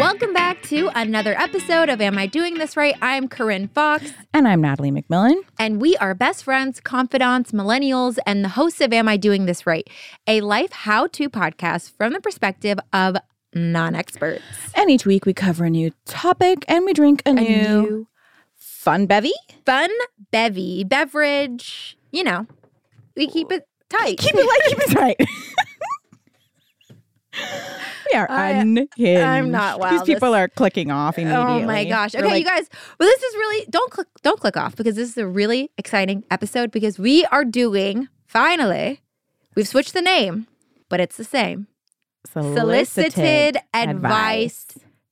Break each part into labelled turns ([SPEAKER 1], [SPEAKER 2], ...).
[SPEAKER 1] Welcome back to another episode of Am I Doing This Right? I'm Corinne Fox,
[SPEAKER 2] And I'm Natalie McMillan.
[SPEAKER 1] and we are best friends, confidants, millennials, and the hosts of Am I Doing This Right? A life how to podcast from the perspective of non experts.
[SPEAKER 2] And each week we cover a new topic and we drink a, new, fun bevy.
[SPEAKER 1] fun bevy, beverage, you know, we keep it tight.
[SPEAKER 2] Keep it light, keep it tight. we are
[SPEAKER 1] I-
[SPEAKER 2] unhinged.
[SPEAKER 1] I'm not wow,
[SPEAKER 2] These people
[SPEAKER 1] this-
[SPEAKER 2] are clicking off immediately.
[SPEAKER 1] Oh my gosh.
[SPEAKER 2] We're
[SPEAKER 1] Okay,
[SPEAKER 2] like,
[SPEAKER 1] you guys. Well, this is really don't click don't click off because this is a really exciting episode because we are doing finally. We've switched the name, but it's the same. Solicited advice,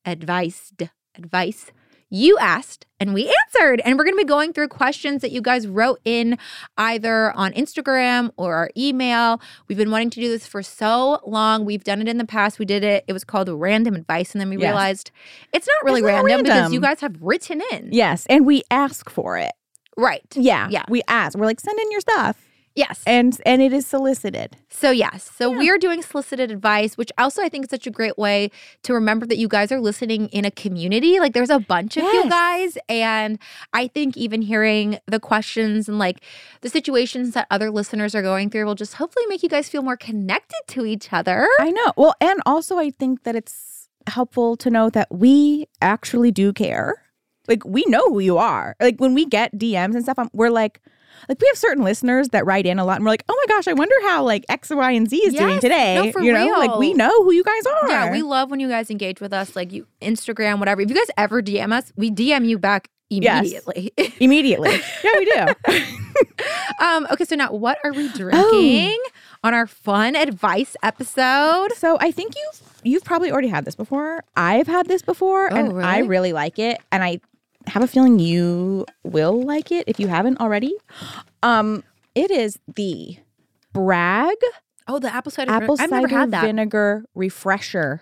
[SPEAKER 1] advised, advice. You asked and we answered. And we're going to be going through questions that you guys wrote in either on Instagram or our email. We've been wanting to do this for so long. We've done it in the past. We did it. It was called random advice. And then we
[SPEAKER 2] Yes.
[SPEAKER 1] realized it's not really
[SPEAKER 2] It's not
[SPEAKER 1] random, because
[SPEAKER 2] random.
[SPEAKER 1] you guys have written in.
[SPEAKER 2] Yes, and we ask for it.
[SPEAKER 1] Right.
[SPEAKER 2] Yeah,
[SPEAKER 1] Yeah.
[SPEAKER 2] We ask. We're like, send in your stuff,
[SPEAKER 1] Yes.
[SPEAKER 2] and and it is solicited.
[SPEAKER 1] So yes, so
[SPEAKER 2] Yeah.
[SPEAKER 1] we are doing solicited advice, which also I think is such a great way to remember that you guys are listening in a community. Like there's a bunch of you
[SPEAKER 2] Yes.
[SPEAKER 1] guys, and I think even hearing the questions and like the situations that other listeners are going through will just hopefully make you guys feel more connected to each other.
[SPEAKER 2] I know. Well, and also I think that it's helpful to know that we actually do care. Like we know who you are. Like when we get DMs and stuff, i we're like, like we have certain listeners that write in a lot, and we're like, oh my gosh, I wonder how like X, Y, and Z is doing
[SPEAKER 1] Yes.
[SPEAKER 2] today.
[SPEAKER 1] No, for
[SPEAKER 2] you know, like
[SPEAKER 1] real.
[SPEAKER 2] we know who you guys are.
[SPEAKER 1] Yeah, we love when you guys engage with us, like you Instagram, whatever. If you guys ever DM us, we DM you back
[SPEAKER 2] Yes.
[SPEAKER 1] immediately.
[SPEAKER 2] immediately. yeah, we do.
[SPEAKER 1] um, okay, so now what are we
[SPEAKER 2] Oh.
[SPEAKER 1] drinking on our fun advice episode?
[SPEAKER 2] So I think you've you've probably already had this before. I've had this before,
[SPEAKER 1] Oh,
[SPEAKER 2] and I
[SPEAKER 1] really?
[SPEAKER 2] really like it. And I have a feeling you will like it if you haven't already. Um, it is the Bragg
[SPEAKER 1] Oh, the apple cider.
[SPEAKER 2] apple
[SPEAKER 1] vinegar. I've
[SPEAKER 2] cider
[SPEAKER 1] never had that,
[SPEAKER 2] vinegar refresher.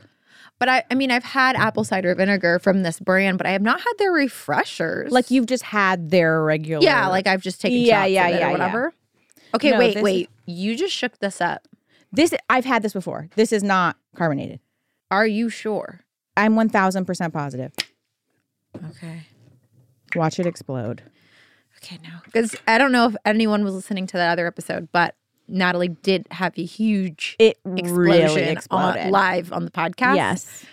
[SPEAKER 1] but I, I mean, I've had apple cider vinegar from this brand, but I have not had their refreshers.
[SPEAKER 2] Like you've just had their regular.
[SPEAKER 1] yeah, like I've just taken
[SPEAKER 2] Yeah,
[SPEAKER 1] shots of
[SPEAKER 2] yeah,
[SPEAKER 1] it
[SPEAKER 2] yeah,
[SPEAKER 1] or
[SPEAKER 2] yeah.
[SPEAKER 1] whatever. Okay,
[SPEAKER 2] No,
[SPEAKER 1] wait,
[SPEAKER 2] this
[SPEAKER 1] wait. You just shook this up.
[SPEAKER 2] this. I've had this before. This is not carbonated.
[SPEAKER 1] Are you sure?
[SPEAKER 2] I'm one thousand percent positive.
[SPEAKER 1] Okay.
[SPEAKER 2] Watch it explode.
[SPEAKER 1] Okay, now because I don't know if anyone was listening to that other episode, but Natalie did have a huge
[SPEAKER 2] It
[SPEAKER 1] explosion
[SPEAKER 2] really
[SPEAKER 1] on-
[SPEAKER 2] exploded.
[SPEAKER 1] live on the podcast.
[SPEAKER 2] Yes.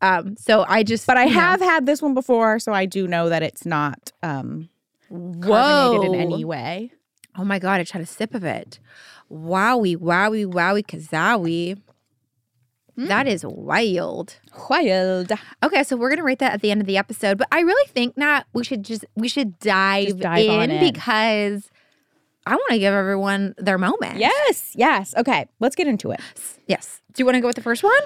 [SPEAKER 1] Um. So I just,
[SPEAKER 2] But I
[SPEAKER 1] you know,
[SPEAKER 2] have had this one before, so I do know that it's not um carbonated in any way.
[SPEAKER 1] Oh my god, I tried a sip of it. Wowie, wowie, wowie, kazowie.
[SPEAKER 2] Hmm.
[SPEAKER 1] That is wild.
[SPEAKER 2] Wild.
[SPEAKER 1] Okay, so we're gonna rate that at the end of the episode. But I really think Nat, we should just we should dive,
[SPEAKER 2] dive
[SPEAKER 1] in,
[SPEAKER 2] on in.
[SPEAKER 1] because I want to give everyone their moment.
[SPEAKER 2] Yes, yes. Okay, let's get into it.
[SPEAKER 1] Yes. Do you want to go with the first one?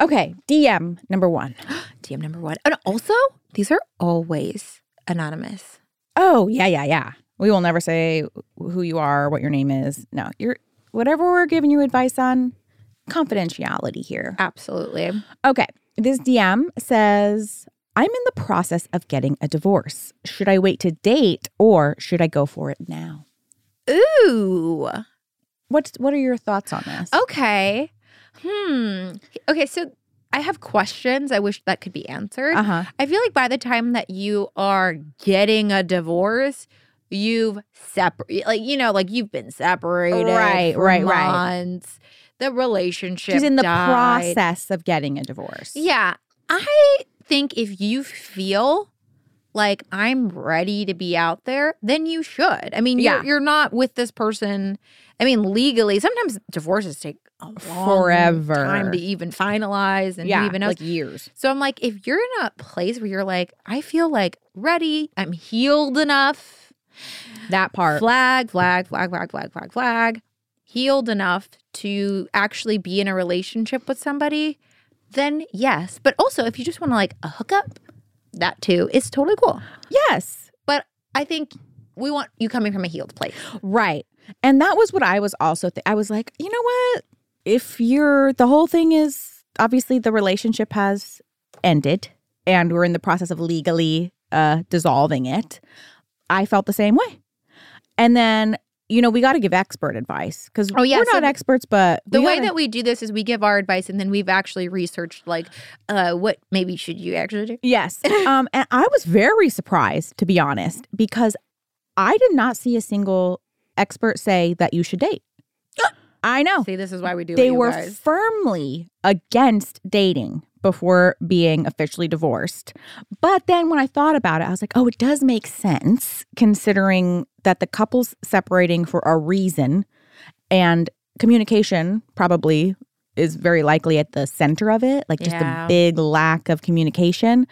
[SPEAKER 2] Okay, DM number one.
[SPEAKER 1] DM number one. And also, these are always anonymous.
[SPEAKER 2] Oh, yeah, yeah, yeah. We will never say who you are, what your name is. No, you're whatever we're giving you advice on, confidentiality here.
[SPEAKER 1] Absolutely.
[SPEAKER 2] Uh, Okay, this DM says, I'm in the process of getting a divorce. Should I wait to date or should I go for it now?
[SPEAKER 1] Ooh.
[SPEAKER 2] What's what are your thoughts on this?
[SPEAKER 1] Okay. Hmm. Okay, so I have questions I wish that could be answered.
[SPEAKER 2] uh-huh.
[SPEAKER 1] I feel like by the time that you are getting a divorce, you've separated, like you know, like you've been separated,
[SPEAKER 2] Right,
[SPEAKER 1] for
[SPEAKER 2] right, right.
[SPEAKER 1] months. The relationship
[SPEAKER 2] She's in the
[SPEAKER 1] died.
[SPEAKER 2] process of getting a divorce.
[SPEAKER 1] Yeah, I think if you feel like I'm ready to be out there, then you should. I mean,
[SPEAKER 2] Yeah.
[SPEAKER 1] you're, you're not with this person. I mean, legally, sometimes divorces take a long
[SPEAKER 2] Forever.
[SPEAKER 1] time to even finalize, and who
[SPEAKER 2] yeah,
[SPEAKER 1] even knows.
[SPEAKER 2] like years.
[SPEAKER 1] So I'm like, if you're in a place where you're like, I feel like ready, I'm healed enough,
[SPEAKER 2] That part.
[SPEAKER 1] flag, flag, flag, flag, flag, flag, flag, healed enough to actually be in a relationship with somebody, then yes. But also, if you just want to like a hookup, that too is totally cool.
[SPEAKER 2] Yes.
[SPEAKER 1] But I think we want you coming from a healed place.
[SPEAKER 2] Right. And that was what I was also th- I was like, you know what? If you're the whole thing is obviously the relationship has ended and we're in the process of legally uh dissolving it. I felt the same way. And then you know, we got to give expert advice because
[SPEAKER 1] Oh, yeah,
[SPEAKER 2] we're
[SPEAKER 1] so
[SPEAKER 2] not
[SPEAKER 1] the-
[SPEAKER 2] experts, but
[SPEAKER 1] The
[SPEAKER 2] we
[SPEAKER 1] way
[SPEAKER 2] gotta-
[SPEAKER 1] that we do this is we give our advice and then we've actually researched like uh what maybe should you actually do.
[SPEAKER 2] Yes. um, and I was very surprised, to be honest, because I did not see a single expert say that you should date. I know.
[SPEAKER 1] See, this is why we do it,
[SPEAKER 2] Oh. They
[SPEAKER 1] you
[SPEAKER 2] were
[SPEAKER 1] guys.
[SPEAKER 2] firmly against dating before being officially divorced. But then when I thought about it, I was like, oh, it does make sense considering that the couple's separating for a reason and communication probably is very likely at the center of it, like just
[SPEAKER 1] Yeah.
[SPEAKER 2] the big lack of communication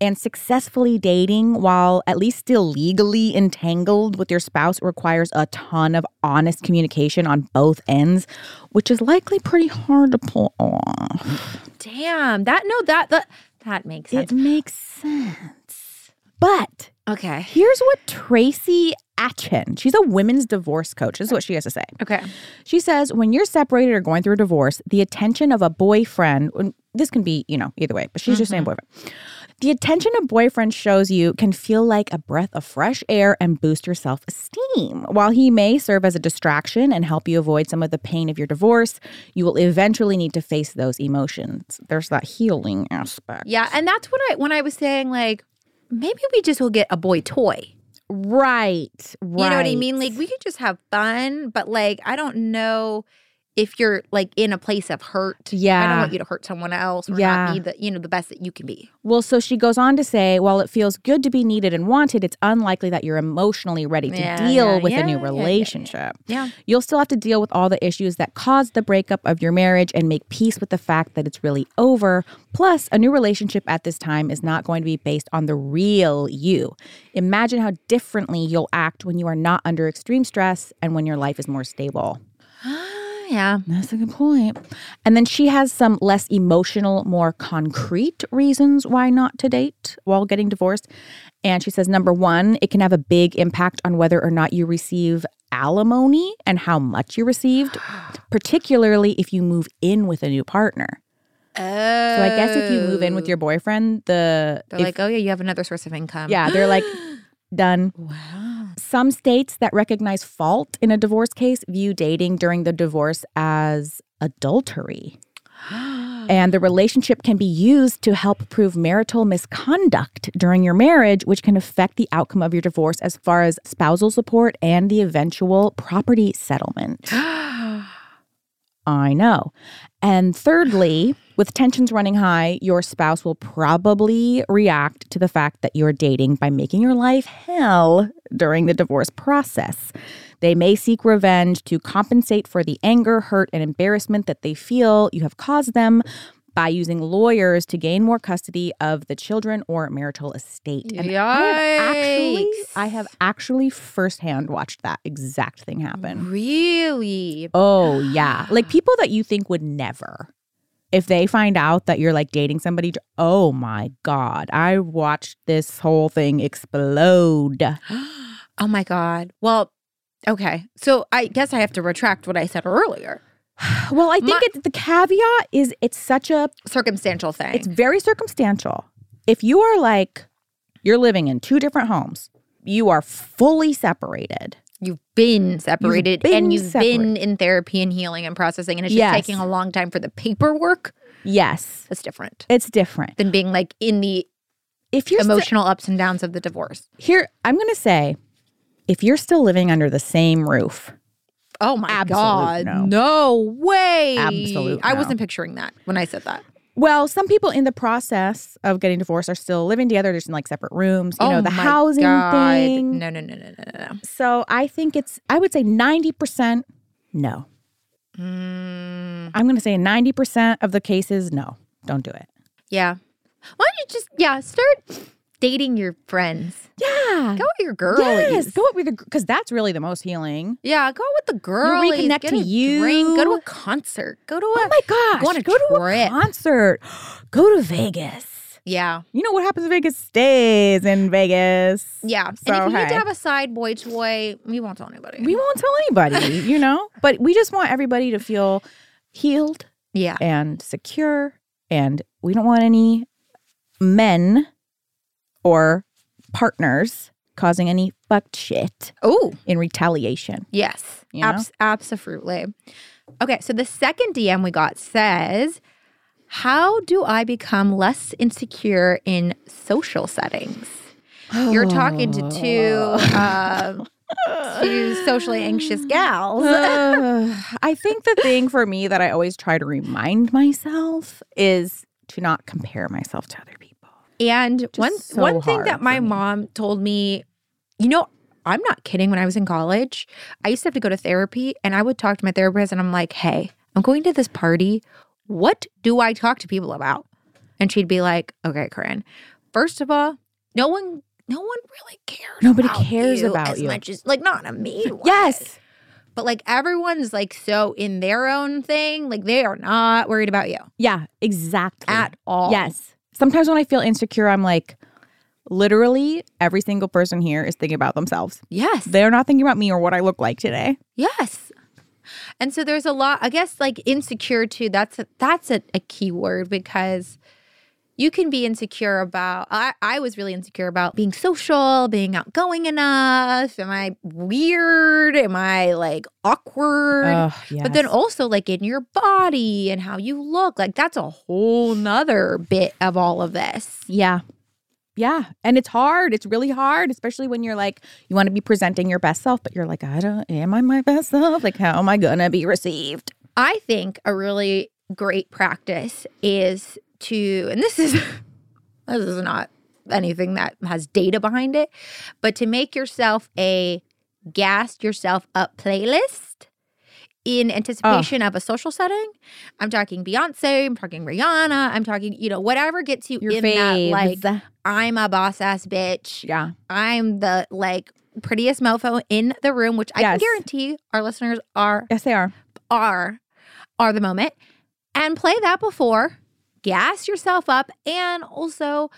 [SPEAKER 2] and successfully dating while at least still legally entangled with your spouse requires a ton of honest communication on both ends, which is likely pretty hard to pull off.
[SPEAKER 1] Damn, that no that that that makes sense.
[SPEAKER 2] It makes sense. But
[SPEAKER 1] okay.
[SPEAKER 2] here's what Tracy Atchin, she's a women's divorce coach, this is what she has to say.
[SPEAKER 1] Okay.
[SPEAKER 2] She says when you're separated or going through a divorce, the attention of a boyfriend, and this can be, you know, either way, but she's just saying boyfriend. The attention a boyfriend shows you can feel like a breath of fresh air and boost your self esteem. While he may serve as a distraction and help you avoid some of the pain of your divorce, you will eventually need to face those emotions. There's that healing aspect.
[SPEAKER 1] Yeah, and that's what I when I was saying like maybe we just will get a boy toy.
[SPEAKER 2] Right. Right.
[SPEAKER 1] You know what I mean? Like we could just have fun, but like I don't know if you're like in a place of hurt. I don't
[SPEAKER 2] Yeah.
[SPEAKER 1] want you to hurt someone else or
[SPEAKER 2] Yeah.
[SPEAKER 1] not be the you know the best that you can be.
[SPEAKER 2] Well, so she goes on to say, while it feels good to be needed and wanted, it's unlikely that you're emotionally ready to
[SPEAKER 1] Yeah,
[SPEAKER 2] deal
[SPEAKER 1] yeah,
[SPEAKER 2] with
[SPEAKER 1] yeah,
[SPEAKER 2] a new
[SPEAKER 1] yeah, yeah, yeah.
[SPEAKER 2] relationship.
[SPEAKER 1] Yeah.
[SPEAKER 2] You'll still have to deal with all the issues that caused the breakup of your marriage and make peace with the fact that it's really over. Plus, a new relationship at this time is not going to be based on the real you. Imagine how differently you'll act when you are not under extreme stress and when your life is more stable.
[SPEAKER 1] Oh, yeah.
[SPEAKER 2] That's a good point. And then she has some less emotional, more concrete reasons why not to date while getting divorced. And she says number one, it can have a big impact on whether or not you receive alimony and how much you received, particularly if you move in with a new partner. So I guess if you move in with your boyfriend, the
[SPEAKER 1] Oh. They're
[SPEAKER 2] if-
[SPEAKER 1] like, oh yeah, you have another source of income.
[SPEAKER 2] yeah, they're like done.
[SPEAKER 1] Wow.
[SPEAKER 2] Some states that recognize fault in a divorce case view dating during the divorce as adultery. And the relationship can be used to help prove marital misconduct during your marriage, which can affect the outcome of your divorce as far as spousal support and the eventual property settlement. I know. And thirdly, with tensions running high, your spouse will probably react to the fact that you're dating by making your life hell during the divorce process. They may seek revenge to compensate for the anger, hurt, and embarrassment that they feel you have caused them by using lawyers to gain more custody of the children or marital estate. And I have actually
[SPEAKER 1] Yikes.
[SPEAKER 2] I have actually firsthand watched that exact thing happen.
[SPEAKER 1] Really?
[SPEAKER 2] Oh, yeah. Like people that you think would never. If they find out that you're like dating somebody, oh my God. I watched this whole thing explode.
[SPEAKER 1] oh my god. Well, okay. So I guess I have to retract what I said earlier.
[SPEAKER 2] Well, I
[SPEAKER 1] My-
[SPEAKER 2] think it's the caveat is it's such a,
[SPEAKER 1] Circumstantial thing.
[SPEAKER 2] it's very circumstantial. If you are like, you're living in two different homes, you are fully separated.
[SPEAKER 1] You've been separated
[SPEAKER 2] been
[SPEAKER 1] and you've been
[SPEAKER 2] separated.
[SPEAKER 1] in therapy and healing and processing, and it's just
[SPEAKER 2] Yes.
[SPEAKER 1] taking a long time for the paperwork.
[SPEAKER 2] Yes,
[SPEAKER 1] That's different
[SPEAKER 2] it's different.
[SPEAKER 1] than being like in the
[SPEAKER 2] If you're sti-
[SPEAKER 1] emotional ups and downs of the divorce.
[SPEAKER 2] here, I'm going to say, if you're still living under the same roof,
[SPEAKER 1] Oh my
[SPEAKER 2] Absolute
[SPEAKER 1] God.
[SPEAKER 2] no.
[SPEAKER 1] way.
[SPEAKER 2] Absolute
[SPEAKER 1] I
[SPEAKER 2] no.
[SPEAKER 1] wasn't picturing that when I said that.
[SPEAKER 2] Well, some people in the process of getting divorced are still living together, just in like separate rooms. You
[SPEAKER 1] oh
[SPEAKER 2] know, the
[SPEAKER 1] my
[SPEAKER 2] housing
[SPEAKER 1] God.
[SPEAKER 2] thing.
[SPEAKER 1] No, no, no, no, no, no, no.
[SPEAKER 2] So I think it's, I would say 90% no.
[SPEAKER 1] Mm,
[SPEAKER 2] I'm going to say 90% of the cases, no, don't do it.
[SPEAKER 1] yeah. Why don't you just, yeah, start dating your friends?
[SPEAKER 2] Yeah.
[SPEAKER 1] Go with your girlies.
[SPEAKER 2] Yes, go out with the, because that's really the most healing.
[SPEAKER 1] Yeah, go with the girlies.
[SPEAKER 2] reconnect
[SPEAKER 1] get
[SPEAKER 2] to
[SPEAKER 1] a Drink, go to
[SPEAKER 2] you.
[SPEAKER 1] a concert. Go to a.
[SPEAKER 2] Oh my gosh.
[SPEAKER 1] go on a
[SPEAKER 2] go to a
[SPEAKER 1] trip.
[SPEAKER 2] concert. go to Vegas.
[SPEAKER 1] yeah.
[SPEAKER 2] You know what happens in Vegas stays in Vegas.
[SPEAKER 1] Yeah.
[SPEAKER 2] So,
[SPEAKER 1] and if you need
[SPEAKER 2] hey.
[SPEAKER 1] to have a side boy toy, we won't tell anybody.
[SPEAKER 2] We won't tell anybody, you know, but we just want everybody to feel healed
[SPEAKER 1] yeah.
[SPEAKER 2] and secure. And we don't want any men or partners causing any fucked shit
[SPEAKER 1] Oh,
[SPEAKER 2] in retaliation.
[SPEAKER 1] yes.
[SPEAKER 2] You know?
[SPEAKER 1] Abs- absolutely. Okay, so the second DM we got says, How do I become less insecure in social settings? You're talking to two, uh, two socially anxious gals.
[SPEAKER 2] Ugh. I think the thing for me that I always try to remind myself is to not compare myself to other people.
[SPEAKER 1] And one
[SPEAKER 2] so
[SPEAKER 1] one thing
[SPEAKER 2] hard
[SPEAKER 1] that my
[SPEAKER 2] for me.
[SPEAKER 1] mom told me, you know, I'm not kidding. When I was in college, I used to have to go to therapy, and I would talk to my therapist, and I'm like, "Hey, I'm going to this party. What do I talk to people about?" And she'd be like, "Okay, Corinne. First of all, no one, no one really cares.
[SPEAKER 2] Nobody
[SPEAKER 1] about
[SPEAKER 2] cares
[SPEAKER 1] you
[SPEAKER 2] about
[SPEAKER 1] as
[SPEAKER 2] you.
[SPEAKER 1] much as like not a me.
[SPEAKER 2] Yes.
[SPEAKER 1] but like everyone's like so in their own thing. Like they are not worried about you
[SPEAKER 2] Yeah, exactly.
[SPEAKER 1] at all.
[SPEAKER 2] Yes. Sometimes when I feel insecure, I'm like, literally every single person here is thinking about themselves.
[SPEAKER 1] yes.
[SPEAKER 2] They're not thinking about me or what I look like today.
[SPEAKER 1] Yes. And so there's a lot, I guess, like insecure too. That's a, that's a, a key word because you can be insecure about. I, I was really insecure about being social, being outgoing enough. Am I weird? Am I like awkward?
[SPEAKER 2] Oh,
[SPEAKER 1] But then also like in your body and how you look. Like that's a whole nother bit of all of this.
[SPEAKER 2] yeah. Yeah. And it's hard. It's really hard, especially when you're like, you want to be presenting your best self, but you're like, I don't, am I my best self? Like, how am I going to be received?
[SPEAKER 1] I think a really great practice is to, and this is this is not anything that has data behind it, but to make yourself a gas yourself up playlist in anticipation of a social setting. I'm talking Beyonce, I'm talking Rihanna, I'm talking, you know, whatever gets you in that like I'm a boss ass bitch.
[SPEAKER 2] yeah.
[SPEAKER 1] I'm the like prettiest mofo in the room, which I can
[SPEAKER 2] Yes.
[SPEAKER 1] guarantee our listeners are
[SPEAKER 2] Yes, they are.
[SPEAKER 1] are are the moment and play that before gas yourself up and also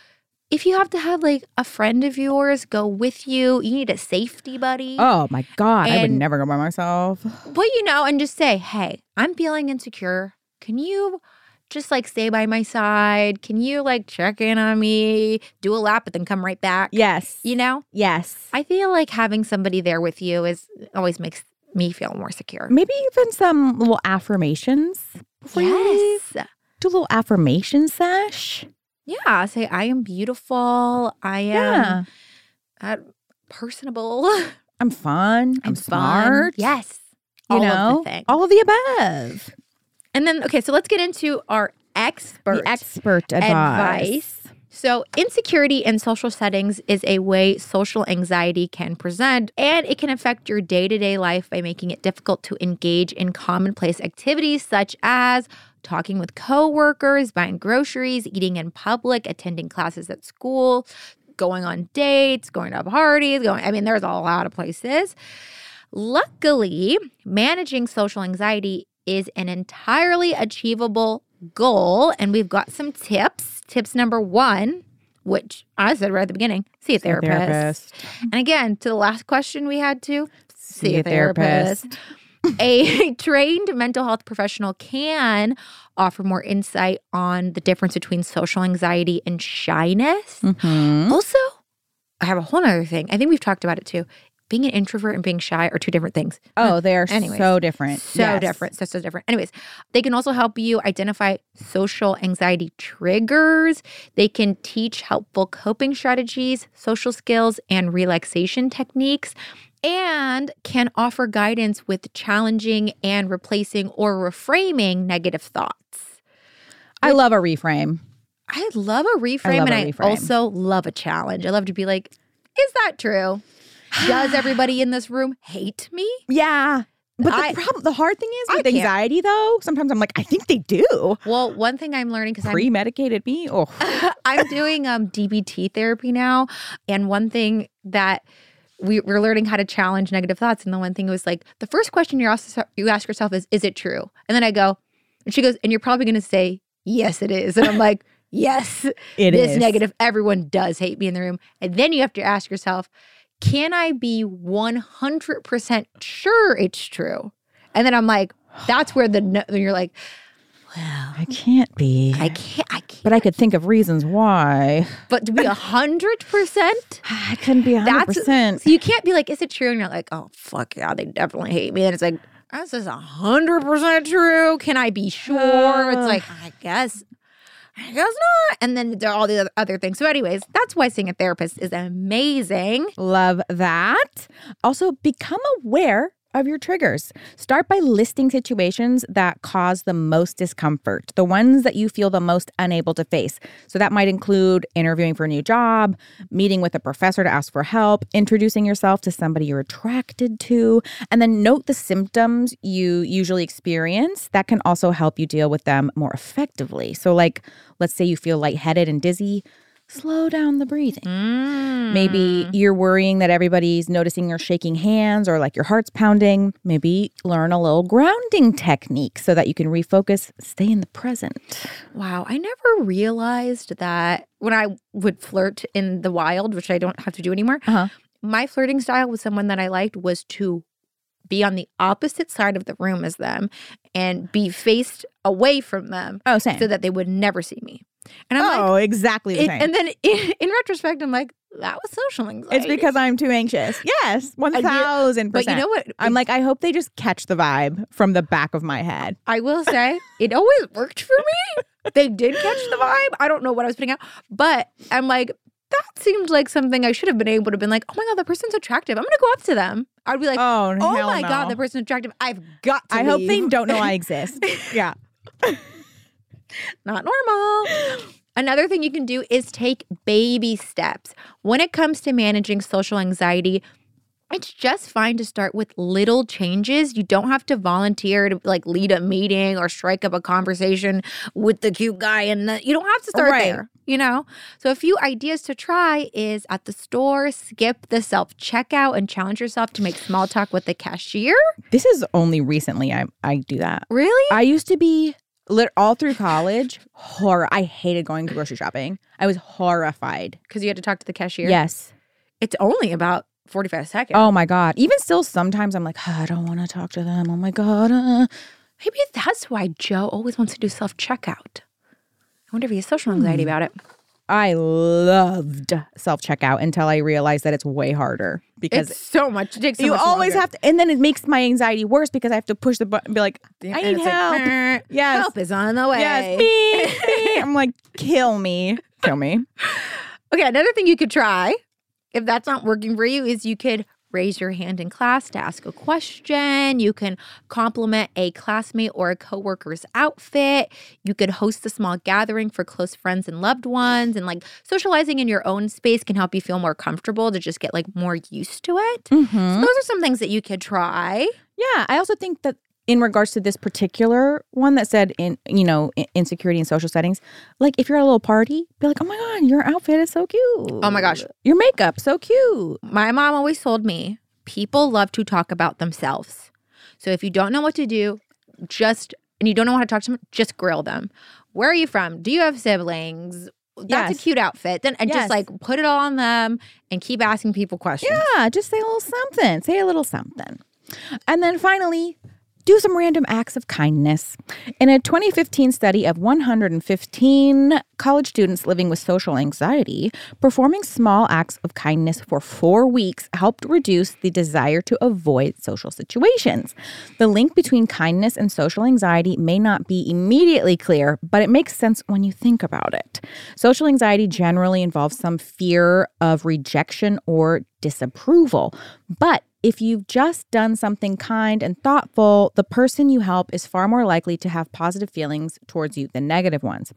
[SPEAKER 1] if you have to have like a friend of yours go with you you need a safety buddy
[SPEAKER 2] Oh my God. I would
[SPEAKER 1] And-
[SPEAKER 2] never go by myself.
[SPEAKER 1] but you know and just say hey i'm feeling insecure can you just like stay by my side can you like check in on me do a lap but then come right back
[SPEAKER 2] Yes.
[SPEAKER 1] you know
[SPEAKER 2] Yes.
[SPEAKER 1] i feel like having somebody there with you is always makes me feel more secure
[SPEAKER 2] Maybe even some little affirmations before you leave.
[SPEAKER 1] yes
[SPEAKER 2] Do a little affirmation sesh.
[SPEAKER 1] Yeah, say I am beautiful. I am personable. I'm,
[SPEAKER 2] I'm fun. I'm,
[SPEAKER 1] fun."
[SPEAKER 2] smart.
[SPEAKER 1] Yes.
[SPEAKER 2] You
[SPEAKER 1] all
[SPEAKER 2] know,
[SPEAKER 1] of the thing.
[SPEAKER 2] all of the above.
[SPEAKER 1] and then okay, so let's get into our expert.
[SPEAKER 2] The expert advice.
[SPEAKER 1] advice. so insecurity in social settings is a way social anxiety can present, and it can affect your day-to-day life by making it difficult to engage in commonplace activities such as talking with coworkers, buying groceries, eating in public, attending classes at school, going on dates, going to parties, going I mean there's a lot of places. Luckily, managing social anxiety is an entirely achievable goal and we've got some tips. Tips number 1, which I said right at the beginning, see a therapist. And again, to the last question we had to see, a therapist a trained mental health professional can offer more insight on the difference between social anxiety and shyness.
[SPEAKER 2] Mhm.
[SPEAKER 1] Also, I have a whole nother thing. I think we've talked about it too. Being an introvert and being shy are two different things.
[SPEAKER 2] Oh, they are
[SPEAKER 1] Anyways,
[SPEAKER 2] so different.
[SPEAKER 1] So
[SPEAKER 2] Yes.
[SPEAKER 1] different. So, so different. Anyways, they can also help you identify social anxiety triggers. They can teach helpful coping strategies, social skills, and relaxation techniques, and can offer guidance with challenging and replacing or reframing negative thoughts.
[SPEAKER 2] I love a reframe.
[SPEAKER 1] I love a reframe,
[SPEAKER 2] love
[SPEAKER 1] and
[SPEAKER 2] a
[SPEAKER 1] I
[SPEAKER 2] reframe.
[SPEAKER 1] also love a challenge. I love to be like, is that true? Does everybody in this room hate me?
[SPEAKER 2] Yeah. But
[SPEAKER 1] I-
[SPEAKER 2] the problem, the hard thing is
[SPEAKER 1] I
[SPEAKER 2] with
[SPEAKER 1] can't-
[SPEAKER 2] anxiety, though, sometimes I'm like, I think they do.
[SPEAKER 1] Well, one thing I'm learning because I'm
[SPEAKER 2] Pre medicated me. Oh,
[SPEAKER 1] I'm doing um DBT therapy now, and one thing that we, we're learning how to challenge negative thoughts. And the one thing was like the first question you ask you ask yourself is, "Is it true?" And then I go, and she goes, "And you're probably going to say yes, it is." And I'm like, "Yes,
[SPEAKER 2] it is
[SPEAKER 1] this negative. Everyone does hate me in the room." And then you have to ask yourself, "Can I be 100 percent sure it's true?" And then I'm like, "That's where the no- and you're like." well,
[SPEAKER 2] I can't be.
[SPEAKER 1] I can't. I can't.
[SPEAKER 2] but I could think of reasons why.
[SPEAKER 1] But to be a hundred percent.
[SPEAKER 2] I couldn't be hundred
[SPEAKER 1] That's
[SPEAKER 2] percent.
[SPEAKER 1] so you can't be like, is it true? And you're like, oh fuck yeah, they definitely hate me. And it's like, this is hundred percent true. Can I be sure? it's like, I guess, I guess not. And then there are all the oth- other things. So, anyways, that's why seeing a therapist is amazing.
[SPEAKER 2] Love that. Also, become aware of your triggers. Start by listing situations that cause the most discomfort, the ones that you feel the most unable to face. So that might include interviewing for a new job, meeting with a professor to ask for help, introducing yourself to somebody you're attracted to, and then note the symptoms you usually experience that can also help you deal with them more effectively. So like let's say you feel lightheaded and dizzy, slow down the breathing. Mm. Maybe you're worrying that everybody's noticing you're shaking hands or like your heart's pounding. Maybe learn a little grounding technique so that you can refocus, stay in the present.
[SPEAKER 1] Wow, I never realized that when I would flirt in the wild, which I don't have to do anymore,
[SPEAKER 2] Uh-huh.
[SPEAKER 1] my flirting style with someone that I liked was to be on the opposite side of the room as them and be faced away from them
[SPEAKER 2] Oh, same.
[SPEAKER 1] so that they would never see me. And I'm
[SPEAKER 2] oh,
[SPEAKER 1] like,
[SPEAKER 2] exactly the
[SPEAKER 1] it-
[SPEAKER 2] same.
[SPEAKER 1] and then in, in retrospect, I'm like, that was social anxiety.
[SPEAKER 2] it's because I'm too anxious. Yes, one thousand
[SPEAKER 1] but you
[SPEAKER 2] percent.
[SPEAKER 1] know what?
[SPEAKER 2] I'm like, I hope they just catch the vibe from the back of my head.
[SPEAKER 1] I will say it always worked for me. They did catch the vibe. I don't know what I was putting out, but I'm like, that seemed like something I should have been able to have been like, oh my God, that person's attractive. I'm going to go up to them. I'd be like, oh,
[SPEAKER 2] oh, hell
[SPEAKER 1] my God,
[SPEAKER 2] no.
[SPEAKER 1] that person's attractive. I've got to
[SPEAKER 2] I hope they
[SPEAKER 1] leave."
[SPEAKER 2] don't know I exist. yeah.
[SPEAKER 1] Not normal. Another thing you can do is take baby steps. When it comes to managing social anxiety, it's just fine to start with little changes. You don't have to volunteer to like lead a meeting or strike up a conversation with the cute guy and the, you don't have to start
[SPEAKER 2] Right.
[SPEAKER 1] there, you know? So a few ideas to try is at the store, skip the self-checkout and challenge yourself to make small talk with the cashier.
[SPEAKER 2] This is only recently I I do that.
[SPEAKER 1] Really?
[SPEAKER 2] I used to be lit all through college. Horror. I hated going to grocery shopping. I was horrified.
[SPEAKER 1] Cuz you had to talk to the cashier.
[SPEAKER 2] Yes.
[SPEAKER 1] It's only about 45 seconds.
[SPEAKER 2] Oh my god. Even still, sometimes I'm like, "Ah, I don't want to talk to them. Oh my god. uh."
[SPEAKER 1] Maybe that's why Joe always wants to do self checkout. I wonder if he has social anxiety about it.
[SPEAKER 2] I loved self checkout until I realized that it's way harder because.
[SPEAKER 1] It's so much. It takes so
[SPEAKER 2] you
[SPEAKER 1] much
[SPEAKER 2] always
[SPEAKER 1] longer.
[SPEAKER 2] have to, and then it makes my anxiety worse because I have to push the button and be like,
[SPEAKER 1] Yeah,
[SPEAKER 2] I
[SPEAKER 1] and
[SPEAKER 2] need
[SPEAKER 1] it's like,
[SPEAKER 2] help.
[SPEAKER 1] "Brr,
[SPEAKER 2] Yes.
[SPEAKER 1] Help is on the way.
[SPEAKER 2] Yes, me, me. I'm like, kill me. Kill me.
[SPEAKER 1] Mm-hmm. Okay, another thing you could try, if that's not working for you, is you could raise your hand in class to ask a question. You can compliment a classmate or a coworker's outfit. You could host a small gathering for close friends and loved ones. And like socializing in your own space can help you feel more comfortable to just get like more used to it.
[SPEAKER 2] Mhm.
[SPEAKER 1] So those are some things that you could try.
[SPEAKER 2] Yeah, I also think that in regards to this particular one that said in you know i- insecurity in social settings, like if you're at a little party, be like, oh my god, your outfit is so cute. Oh
[SPEAKER 1] my gosh.
[SPEAKER 2] your makeup so cute.
[SPEAKER 1] My mom always told me people love to talk about themselves. So if you don't know what to do, just and you don't know how to talk to them, just grill them. Where are you from? Do you have siblings? That's
[SPEAKER 2] Yes.
[SPEAKER 1] a cute outfit. Then and
[SPEAKER 2] Yes.
[SPEAKER 1] just like put it all on them and keep asking people questions.
[SPEAKER 2] Yeah, just say a little something. Say a little something, and then finally. Do some random acts of kindness. In a 2015 study of 115 college students living with social anxiety, performing small acts of kindness for four weeks helped reduce the desire to avoid social situations. The link between kindness and social anxiety may not be immediately clear, but it makes sense when you think about it. Social anxiety generally involves some fear of rejection or disapproval, but if you've just done something kind and thoughtful, the person you help is far more likely to have positive feelings towards you than negative ones.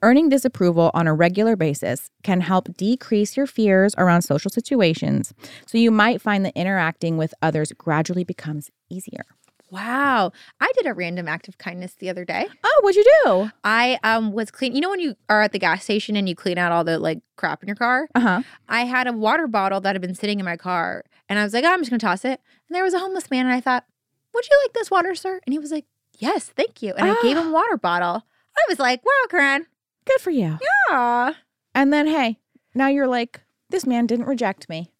[SPEAKER 2] Earning disapproval on a regular basis can help decrease your fears around social situations, so you might find that interacting with others gradually becomes easier.
[SPEAKER 1] Wow. I did a random act of kindness the other day.
[SPEAKER 2] Oh, what'd you do?
[SPEAKER 1] I um was clean. You know when you are at the gas station and you clean out all the like crap in your car?
[SPEAKER 2] Uh huh.
[SPEAKER 1] I had a water bottle that had been sitting in my car, and I was like, "Oh, I'm just gonna toss it. And there was a homeless man, and I thought, Would you like this water, sir? And he was like, Yes, thank you. And I gave
[SPEAKER 2] Ah.
[SPEAKER 1] him a water bottle. I was like, Wow, Karen.
[SPEAKER 2] Good for you.
[SPEAKER 1] Yeah.
[SPEAKER 2] And then, hey, now you're like, this man didn't reject me.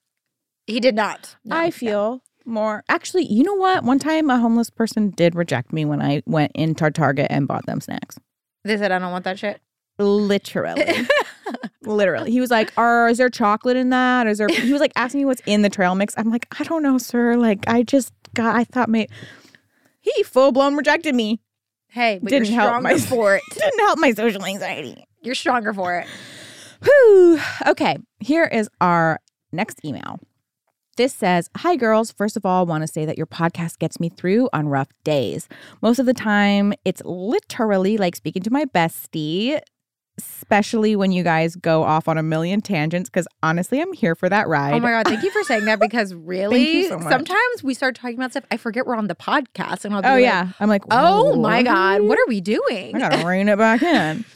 [SPEAKER 1] He did not.
[SPEAKER 2] I feel more. Actually, you know what? One time a homeless person did reject me when I went into Target and bought them snacks.
[SPEAKER 1] They said I don't want that shit.
[SPEAKER 2] Literally. Literally. He was like, Are is there chocolate in that? Is there he was like asking me what's in the trail mix. I'm like, I don't know, sir. Like I just got I thought mate he full blown rejected me.
[SPEAKER 1] Hey, but
[SPEAKER 2] Didn't
[SPEAKER 1] you're
[SPEAKER 2] help
[SPEAKER 1] stronger
[SPEAKER 2] my-
[SPEAKER 1] for it.
[SPEAKER 2] Didn't help my social anxiety.
[SPEAKER 1] You're stronger for it.
[SPEAKER 2] Whew. Okay, here is our next email. This says, Hi, girls. First of all, want to say that your podcast gets me through on rough days. Most of the time, it's literally like speaking to my bestie, especially when you guys go off on a million tangents, because honestly, I'm here for that ride.
[SPEAKER 1] Oh my god, thank you for saying that because really,
[SPEAKER 2] so much.
[SPEAKER 1] sometimes we start talking about stuff. I forget we're on the podcast, and I'll be
[SPEAKER 2] Oh,
[SPEAKER 1] like,
[SPEAKER 2] yeah. I'm like,
[SPEAKER 1] Oh my
[SPEAKER 2] "What?"
[SPEAKER 1] god, what are we
[SPEAKER 2] I
[SPEAKER 1] doing?
[SPEAKER 2] gotta rein it back in.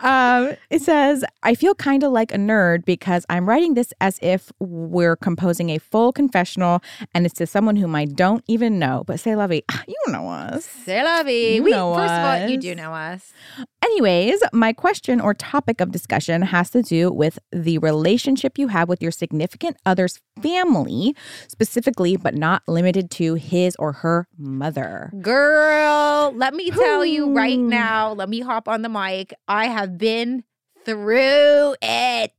[SPEAKER 2] Um, it says, I feel kind of like a nerd because I'm writing this as if we're composing a full confessional and it's to someone whom I don't even know. But say, Lovey, you know us.
[SPEAKER 1] C'est la vie.
[SPEAKER 2] You
[SPEAKER 1] We, first
[SPEAKER 2] know
[SPEAKER 1] of all, you
[SPEAKER 2] us.
[SPEAKER 1] do know us.
[SPEAKER 2] Anyways, my question or topic of discussion has to do with the relationship you have with your significant other's family, specifically, but not limited to his or her mother.
[SPEAKER 1] Girl, let me tell you right
[SPEAKER 2] Ooh.
[SPEAKER 1] now, let me hop on the mic. I have been through it.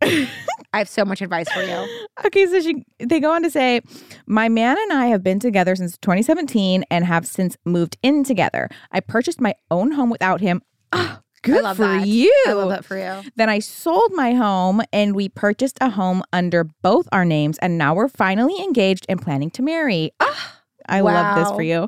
[SPEAKER 1] I have so much advice for you.
[SPEAKER 2] Okay, so she they go on to say, My man and I have been together since 2017 and have since moved in together. I purchased my own home without him. Ah, good
[SPEAKER 1] love
[SPEAKER 2] for
[SPEAKER 1] that.
[SPEAKER 2] you.
[SPEAKER 1] I love that for you.
[SPEAKER 2] Then I sold my home and we purchased a home under both our names and now we're finally engaged and planning to marry. Ah, I love this
[SPEAKER 1] Wow.
[SPEAKER 2] for you.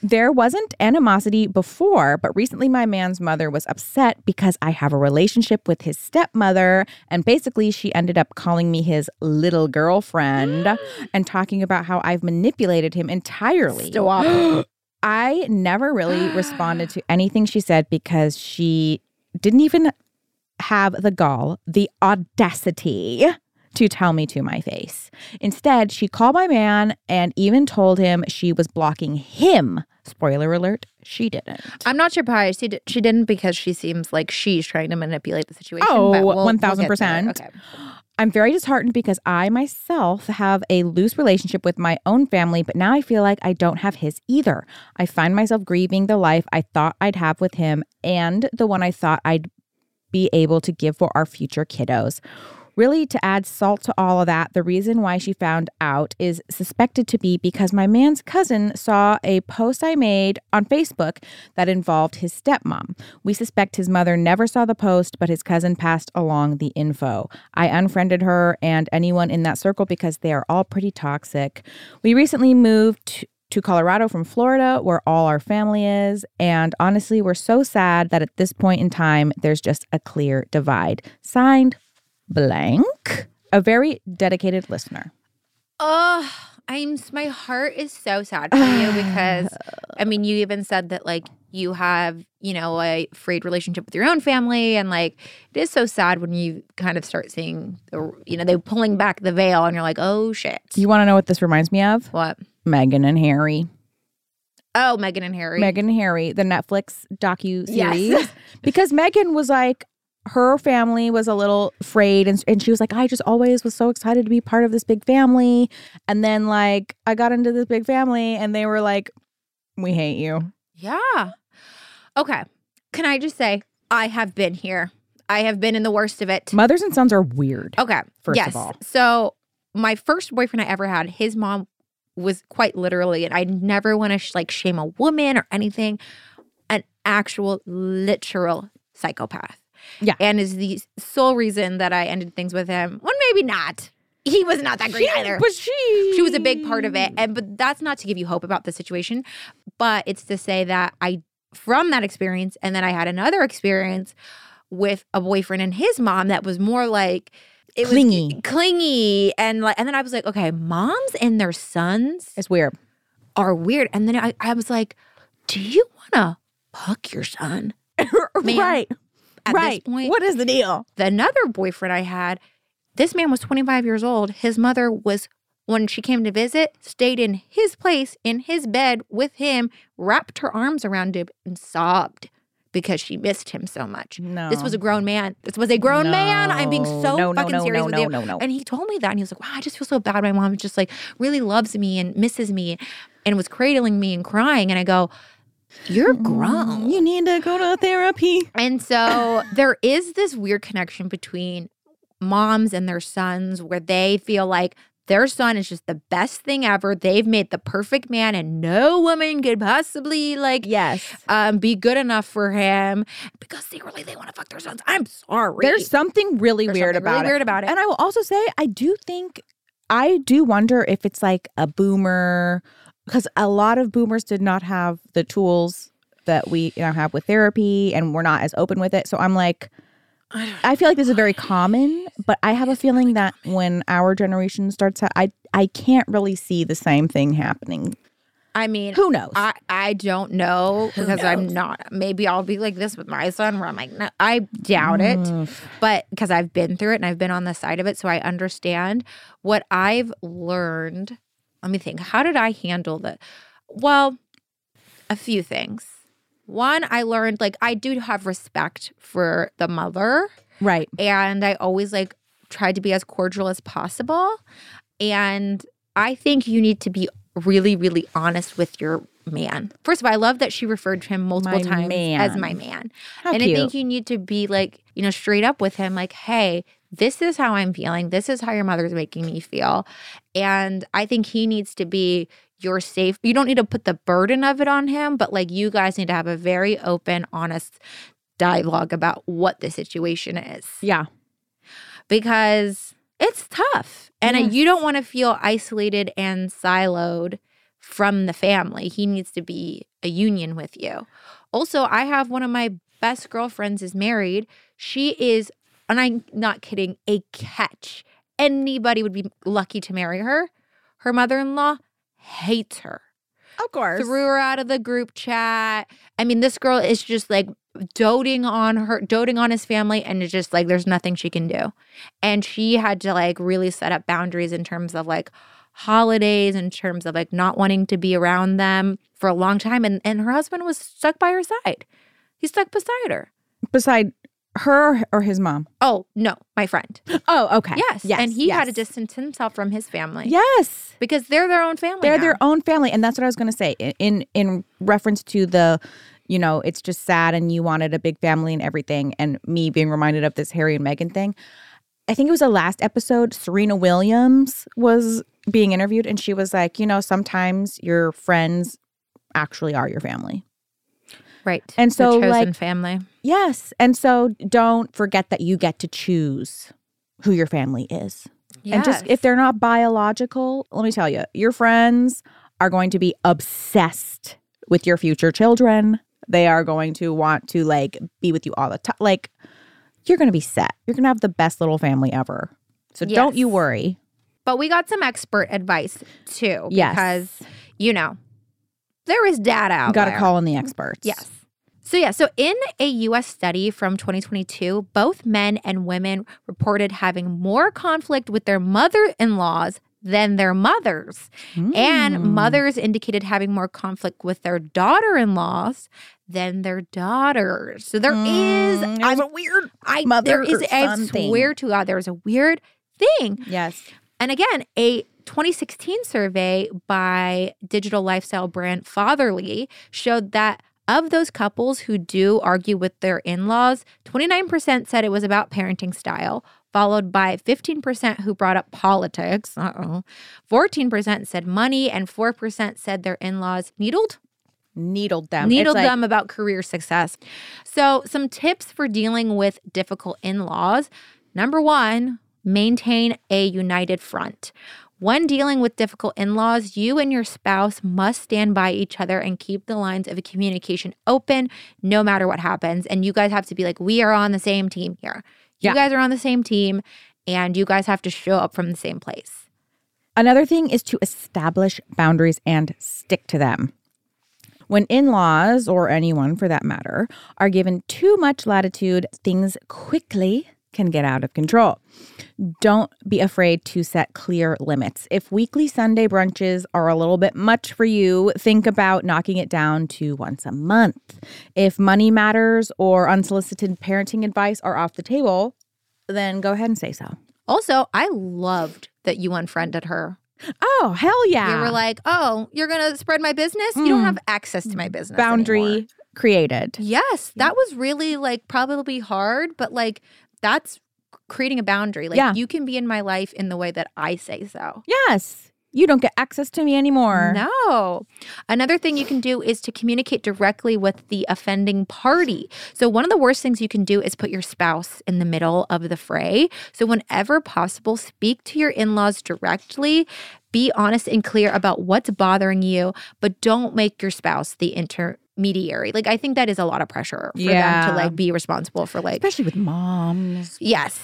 [SPEAKER 2] There wasn't animosity before, but recently my man's mother was upset because I have a relationship with his stepmother. And basically, she ended up calling me his little girlfriend and talking about how I've manipulated him entirely.
[SPEAKER 1] Stop.
[SPEAKER 2] I never really responded to anything she said because she didn't even have the gall, the audacity to tell me to my face. Instead, she called my man and even told him she was blocking him. Spoiler alert, she didn't.
[SPEAKER 1] I'm not sure why she, di- she didn't because she seems like she's trying to manipulate the situation.
[SPEAKER 2] Oh,
[SPEAKER 1] but we'll- we'll get there.
[SPEAKER 2] 1000%.
[SPEAKER 1] Okay.
[SPEAKER 2] I'm very disheartened because I myself have a loose relationship with my own family, but now I feel like I don't have his either. I find myself grieving the life I thought I'd have with him and the one I thought I'd be able to give for our future kiddos. Really, to add salt to all of that, the reason why she found out is suspected to be because my man's cousin saw a post I made on Facebook that involved his stepmom. We suspect his mother never saw the post, but his cousin passed along the info. I unfriended her and anyone in that circle because they are all pretty toxic. We recently moved to Colorado from Florida, where all our family is. And honestly, we're so sad that at this point in time, there's just a clear divide. Signed, blank, a very dedicated listener.
[SPEAKER 1] Oh, I'm s- my heart is so sad for you because I mean, you even said that like you have, you know, a frayed relationship with your own family and like it is so sad when you kind of start seeing the, you know, they're pulling back the veil and you're like, "Oh shit."
[SPEAKER 2] You want to know what this reminds me of?
[SPEAKER 1] what?
[SPEAKER 2] Meghan and Harry.
[SPEAKER 1] Oh, Megan and Harry.
[SPEAKER 2] Meghan and Harry, the Netflix docu series.
[SPEAKER 1] Yes.
[SPEAKER 2] because Meghan was like, her family was a little frayed, and, and she was like, I just always was so excited to be part of this big family. And then, like, I got into this big family, and they were like, we hate you.
[SPEAKER 1] yeah. Okay. Can I just say I have been here. I have been in the worst of it.
[SPEAKER 2] Mothers and sons are weird.
[SPEAKER 1] Okay.
[SPEAKER 2] first
[SPEAKER 1] yes.
[SPEAKER 2] of all.
[SPEAKER 1] So my first boyfriend I ever had, his mom was quite literally, and I never want to sh- like shame a woman or anything, an actual literal psychopath.
[SPEAKER 2] Yeah.
[SPEAKER 1] And is the sole reason that I ended things with him. Well, maybe not. He was not that great either
[SPEAKER 2] But she
[SPEAKER 1] she was a big part of it and but that's not to give you hope about the situation but it's to say that i from that experience and then i had another experience with a boyfriend and his mom that was more like it
[SPEAKER 2] Clingy.
[SPEAKER 1] was clingy and like and then i was like okay moms and their sons
[SPEAKER 2] It's weird.
[SPEAKER 1] are weird and then i, I was like do you want to fuck your son
[SPEAKER 2] right.
[SPEAKER 1] at
[SPEAKER 2] right.
[SPEAKER 1] this point
[SPEAKER 2] what is the deal?
[SPEAKER 1] the another boyfriend I had, this man was 25 years old. His mother was when she came to visit, stayed in his place in his bed with him, wrapped her arms around him and sobbed. because she missed him so much.
[SPEAKER 2] No.
[SPEAKER 1] This was a grown man. This was a grown man. I'm being so
[SPEAKER 2] No, no,
[SPEAKER 1] fucking
[SPEAKER 2] no,
[SPEAKER 1] serious
[SPEAKER 2] no,
[SPEAKER 1] with
[SPEAKER 2] no,
[SPEAKER 1] you.
[SPEAKER 2] no, no.
[SPEAKER 1] And he told me that, and he was like, "Wow, I just feel so bad. My mom just like really loves me and misses me, and was cradling me and crying." And I go, "You're grown."
[SPEAKER 2] Mm-hmm. Mm, You need to go to therapy.
[SPEAKER 1] And so there is this weird connection between moms and their sons where they feel like their son is just the best thing ever. They've made the perfect man and no woman could possibly like
[SPEAKER 2] Yes.
[SPEAKER 1] um be good enough for him because secretly they want to fuck their sons. I'm sorry.
[SPEAKER 2] There's something really
[SPEAKER 1] There's
[SPEAKER 2] weird
[SPEAKER 1] something
[SPEAKER 2] about
[SPEAKER 1] really
[SPEAKER 2] it.
[SPEAKER 1] weird about it.
[SPEAKER 2] And I will also say, I do think, I do wonder if it's like a boomer, because a lot of boomers did not have the tools that we you know, have with therapy and we're not as open with it. So I'm like, I feel like this is very common, but I have a feeling that when our generation starts, ha- I I can't really see the same thing happening.
[SPEAKER 1] I mean
[SPEAKER 2] Who knows?
[SPEAKER 1] I, I don't know because I'm
[SPEAKER 2] knows?
[SPEAKER 1] not. Maybe I'll be like this with my son where I'm like, no, I doubt it. But because I've been through it and I've been on the side of it. So I understand what I've learned. Let me think. How did I handle that? Well, a few things. One, I learned like I do have respect for the mother
[SPEAKER 2] right.
[SPEAKER 1] and I always like tried to be as cordial as possible. And I think you need to be really, really honest with your man. First of all, I love that she referred to him multiple
[SPEAKER 2] My
[SPEAKER 1] times as
[SPEAKER 2] man.
[SPEAKER 1] my man.
[SPEAKER 2] How
[SPEAKER 1] and
[SPEAKER 2] cute.
[SPEAKER 1] I think you need to be like, you know, straight up with him, like, hey, this is how I'm feeling. This is how your mother's making me feel. And I think he needs to be your safe. You don't need to put the burden of it on him, but like you guys need to have a very open, honest dialogue about what the situation is
[SPEAKER 2] yeah.
[SPEAKER 1] because it's tough and uh, you don't want to feel isolated and siloed from the family. He needs to be a union with you. Also, I have one of my best girlfriends is married. She is, and I'm not kidding, a catch. Anybody would be lucky to marry her. Her mother in law hates her
[SPEAKER 2] Of course.
[SPEAKER 1] threw her out of the group chat. I mean, this girl is just like doting on her, doting on his family, and it's just like there's nothing she can do. And she had to like really set up boundaries in terms of like holidays, in terms of like not wanting to be around them for a long time. And and her husband was stuck by her side. He stuck beside her.
[SPEAKER 2] Beside her or his mom.
[SPEAKER 1] Oh no, my friend.
[SPEAKER 2] Oh, okay.
[SPEAKER 1] Yes, and he had to
[SPEAKER 2] yes.
[SPEAKER 1] distance himself from his family.
[SPEAKER 2] Yes.
[SPEAKER 1] because they're their own family.
[SPEAKER 2] They're
[SPEAKER 1] now.
[SPEAKER 2] their own family, and that's what I was going to say I- in in reference to the, you know, it's just sad, and you wanted a big family and everything, and me being reminded of this Harry and Meghan thing. I think it was the last episode. Serena Williams was being interviewed, and she was like, you know, sometimes your friends actually are your family.
[SPEAKER 1] right,
[SPEAKER 2] and
[SPEAKER 1] the
[SPEAKER 2] so,
[SPEAKER 1] chosen
[SPEAKER 2] like-
[SPEAKER 1] family.
[SPEAKER 2] Yes, and so don't forget that you get to choose who your family is. And just
[SPEAKER 1] Yes.
[SPEAKER 2] if they're not biological, let me tell you, your friends are going to be obsessed with your future children. They are going to want to like be with you all the time. Like you're going to be set. You're going to have the best little family ever. So don't you
[SPEAKER 1] Yes.
[SPEAKER 2] worry.
[SPEAKER 1] But we got some expert advice too.
[SPEAKER 2] Yes.
[SPEAKER 1] Because, you know, there is data out
[SPEAKER 2] You got to
[SPEAKER 1] there.
[SPEAKER 2] call on the experts.
[SPEAKER 1] Yes. So, yeah, so in a US study from 2022, both men and women reported having more conflict with their mother in laws than their mothers. And
[SPEAKER 2] Hmm.
[SPEAKER 1] mothers indicated having more conflict with their daughter in laws than their daughters. So, there is
[SPEAKER 2] Mm,
[SPEAKER 1] I'm-
[SPEAKER 2] there's a weird
[SPEAKER 1] I, there
[SPEAKER 2] mother
[SPEAKER 1] is, I
[SPEAKER 2] son thing.
[SPEAKER 1] swear to God, there is a weird thing.
[SPEAKER 2] Yes.
[SPEAKER 1] And again, a 2016 survey by digital lifestyle brand Fatherly showed that of those couples who do argue with their in laws, 29% said it was about parenting style, followed by 15% who brought up politics. Uh oh. 14% said money, and 4% said their in laws needled
[SPEAKER 2] Needled them. It's
[SPEAKER 1] needled
[SPEAKER 2] like-
[SPEAKER 1] them about career success. So, some tips for dealing with difficult in laws. Number one, maintain a united front. When dealing with difficult in laws, you and your spouse must stand by each other and keep the lines of communication open no matter what happens. And you guys have to be like, we are on the same team here. You
[SPEAKER 2] Yeah.
[SPEAKER 1] guys are on the same team, and you guys have to show up from the same place.
[SPEAKER 2] Another thing is to establish boundaries and stick to them. When in laws, or anyone for that matter, are given too much latitude, things quickly can get out of control. Don't be afraid to set clear limits. If weekly Sunday brunches are a little bit much for you, think about knocking it down to once a month. If money matters or unsolicited parenting advice are off the table, then go ahead and say so.
[SPEAKER 1] Also, I loved that you unfriended her.
[SPEAKER 2] Oh, hell yeah.
[SPEAKER 1] You were like, oh, you're going to spread my business? You
[SPEAKER 2] Mm.
[SPEAKER 1] don't have access to my business.
[SPEAKER 2] boundary
[SPEAKER 1] anymore."
[SPEAKER 2] created.
[SPEAKER 1] Yes, that was really like probably hard, but like that's creating a boundary. Like
[SPEAKER 2] Yeah.
[SPEAKER 1] you can be in my life in the way that I say so.
[SPEAKER 2] Yes. You don't get access to me anymore.
[SPEAKER 1] No. Another thing you can do is to communicate directly with the offending party. So, one of the worst things you can do is put your spouse in the middle of the fray. So, whenever possible, speak to your in laws directly. Be honest and clear about what's bothering you, but don't make your spouse the intermediary. Like, I think that is a lot of pressure for them
[SPEAKER 2] Yeah.
[SPEAKER 1] to like be responsible for like
[SPEAKER 2] Especially with moms.
[SPEAKER 1] Yes.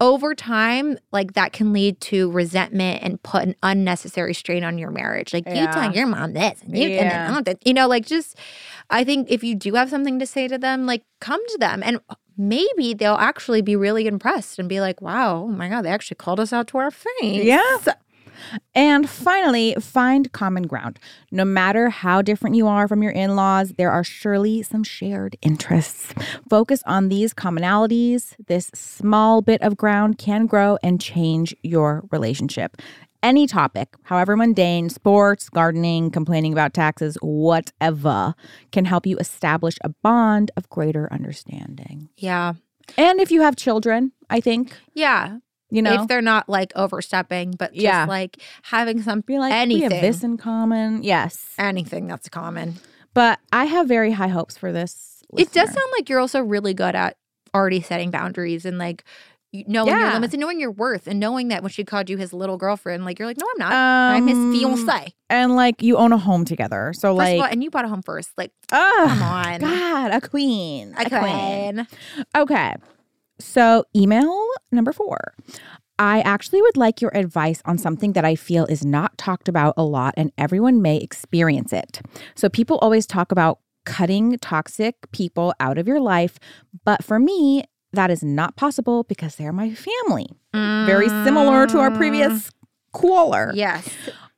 [SPEAKER 1] Over time, like that can lead to resentment and put an unnecessary strain on your marriage. Like you
[SPEAKER 2] Yeah.
[SPEAKER 1] telling your mom this and you and then
[SPEAKER 2] Yeah.
[SPEAKER 1] I don't think- you know, like just I think if you do have something to say to them, like come to them and maybe they'll actually be really impressed and be like, Wow, oh my god, they actually called us out to our face.
[SPEAKER 2] Yeah. And finally, find common ground. No matter how different you are from your in laws, there are surely some shared interests. Focus on these commonalities. This small bit of ground can grow and change your relationship. Any topic, however mundane, sports, gardening, complaining about taxes, whatever, can help you establish a bond of greater understanding.
[SPEAKER 1] Yeah.
[SPEAKER 2] And if you have children, I think,
[SPEAKER 1] Yeah.
[SPEAKER 2] you know,
[SPEAKER 1] If they're not like overstepping, but just
[SPEAKER 2] Yeah.
[SPEAKER 1] like having something
[SPEAKER 2] be like, we
[SPEAKER 1] anything.
[SPEAKER 2] have this in common. Yes.
[SPEAKER 1] anything that's common.
[SPEAKER 2] But I have very high hopes for this.
[SPEAKER 1] It does
[SPEAKER 2] listener.
[SPEAKER 1] sound like you're also really good at already setting boundaries and like y- knowing your
[SPEAKER 2] Yeah.
[SPEAKER 1] limits and knowing your worth and knowing that when she called you his little girlfriend, like you're like, no, I'm not. I'm
[SPEAKER 2] Um,
[SPEAKER 1] his fiance.
[SPEAKER 2] And like you own a home together. So
[SPEAKER 1] First
[SPEAKER 2] like
[SPEAKER 1] of all, and you bought a home first. Like,
[SPEAKER 2] ugh,
[SPEAKER 1] come on.
[SPEAKER 2] God, a queen.
[SPEAKER 1] I can.
[SPEAKER 2] Okay. So email number four. I actually would like your advice on something that I feel is not talked about a lot and everyone may experience it. So people always talk about cutting toxic people out of your life, but for me, that is not possible because they're my family. Very similar to our previous caller.
[SPEAKER 1] Mm. Yes.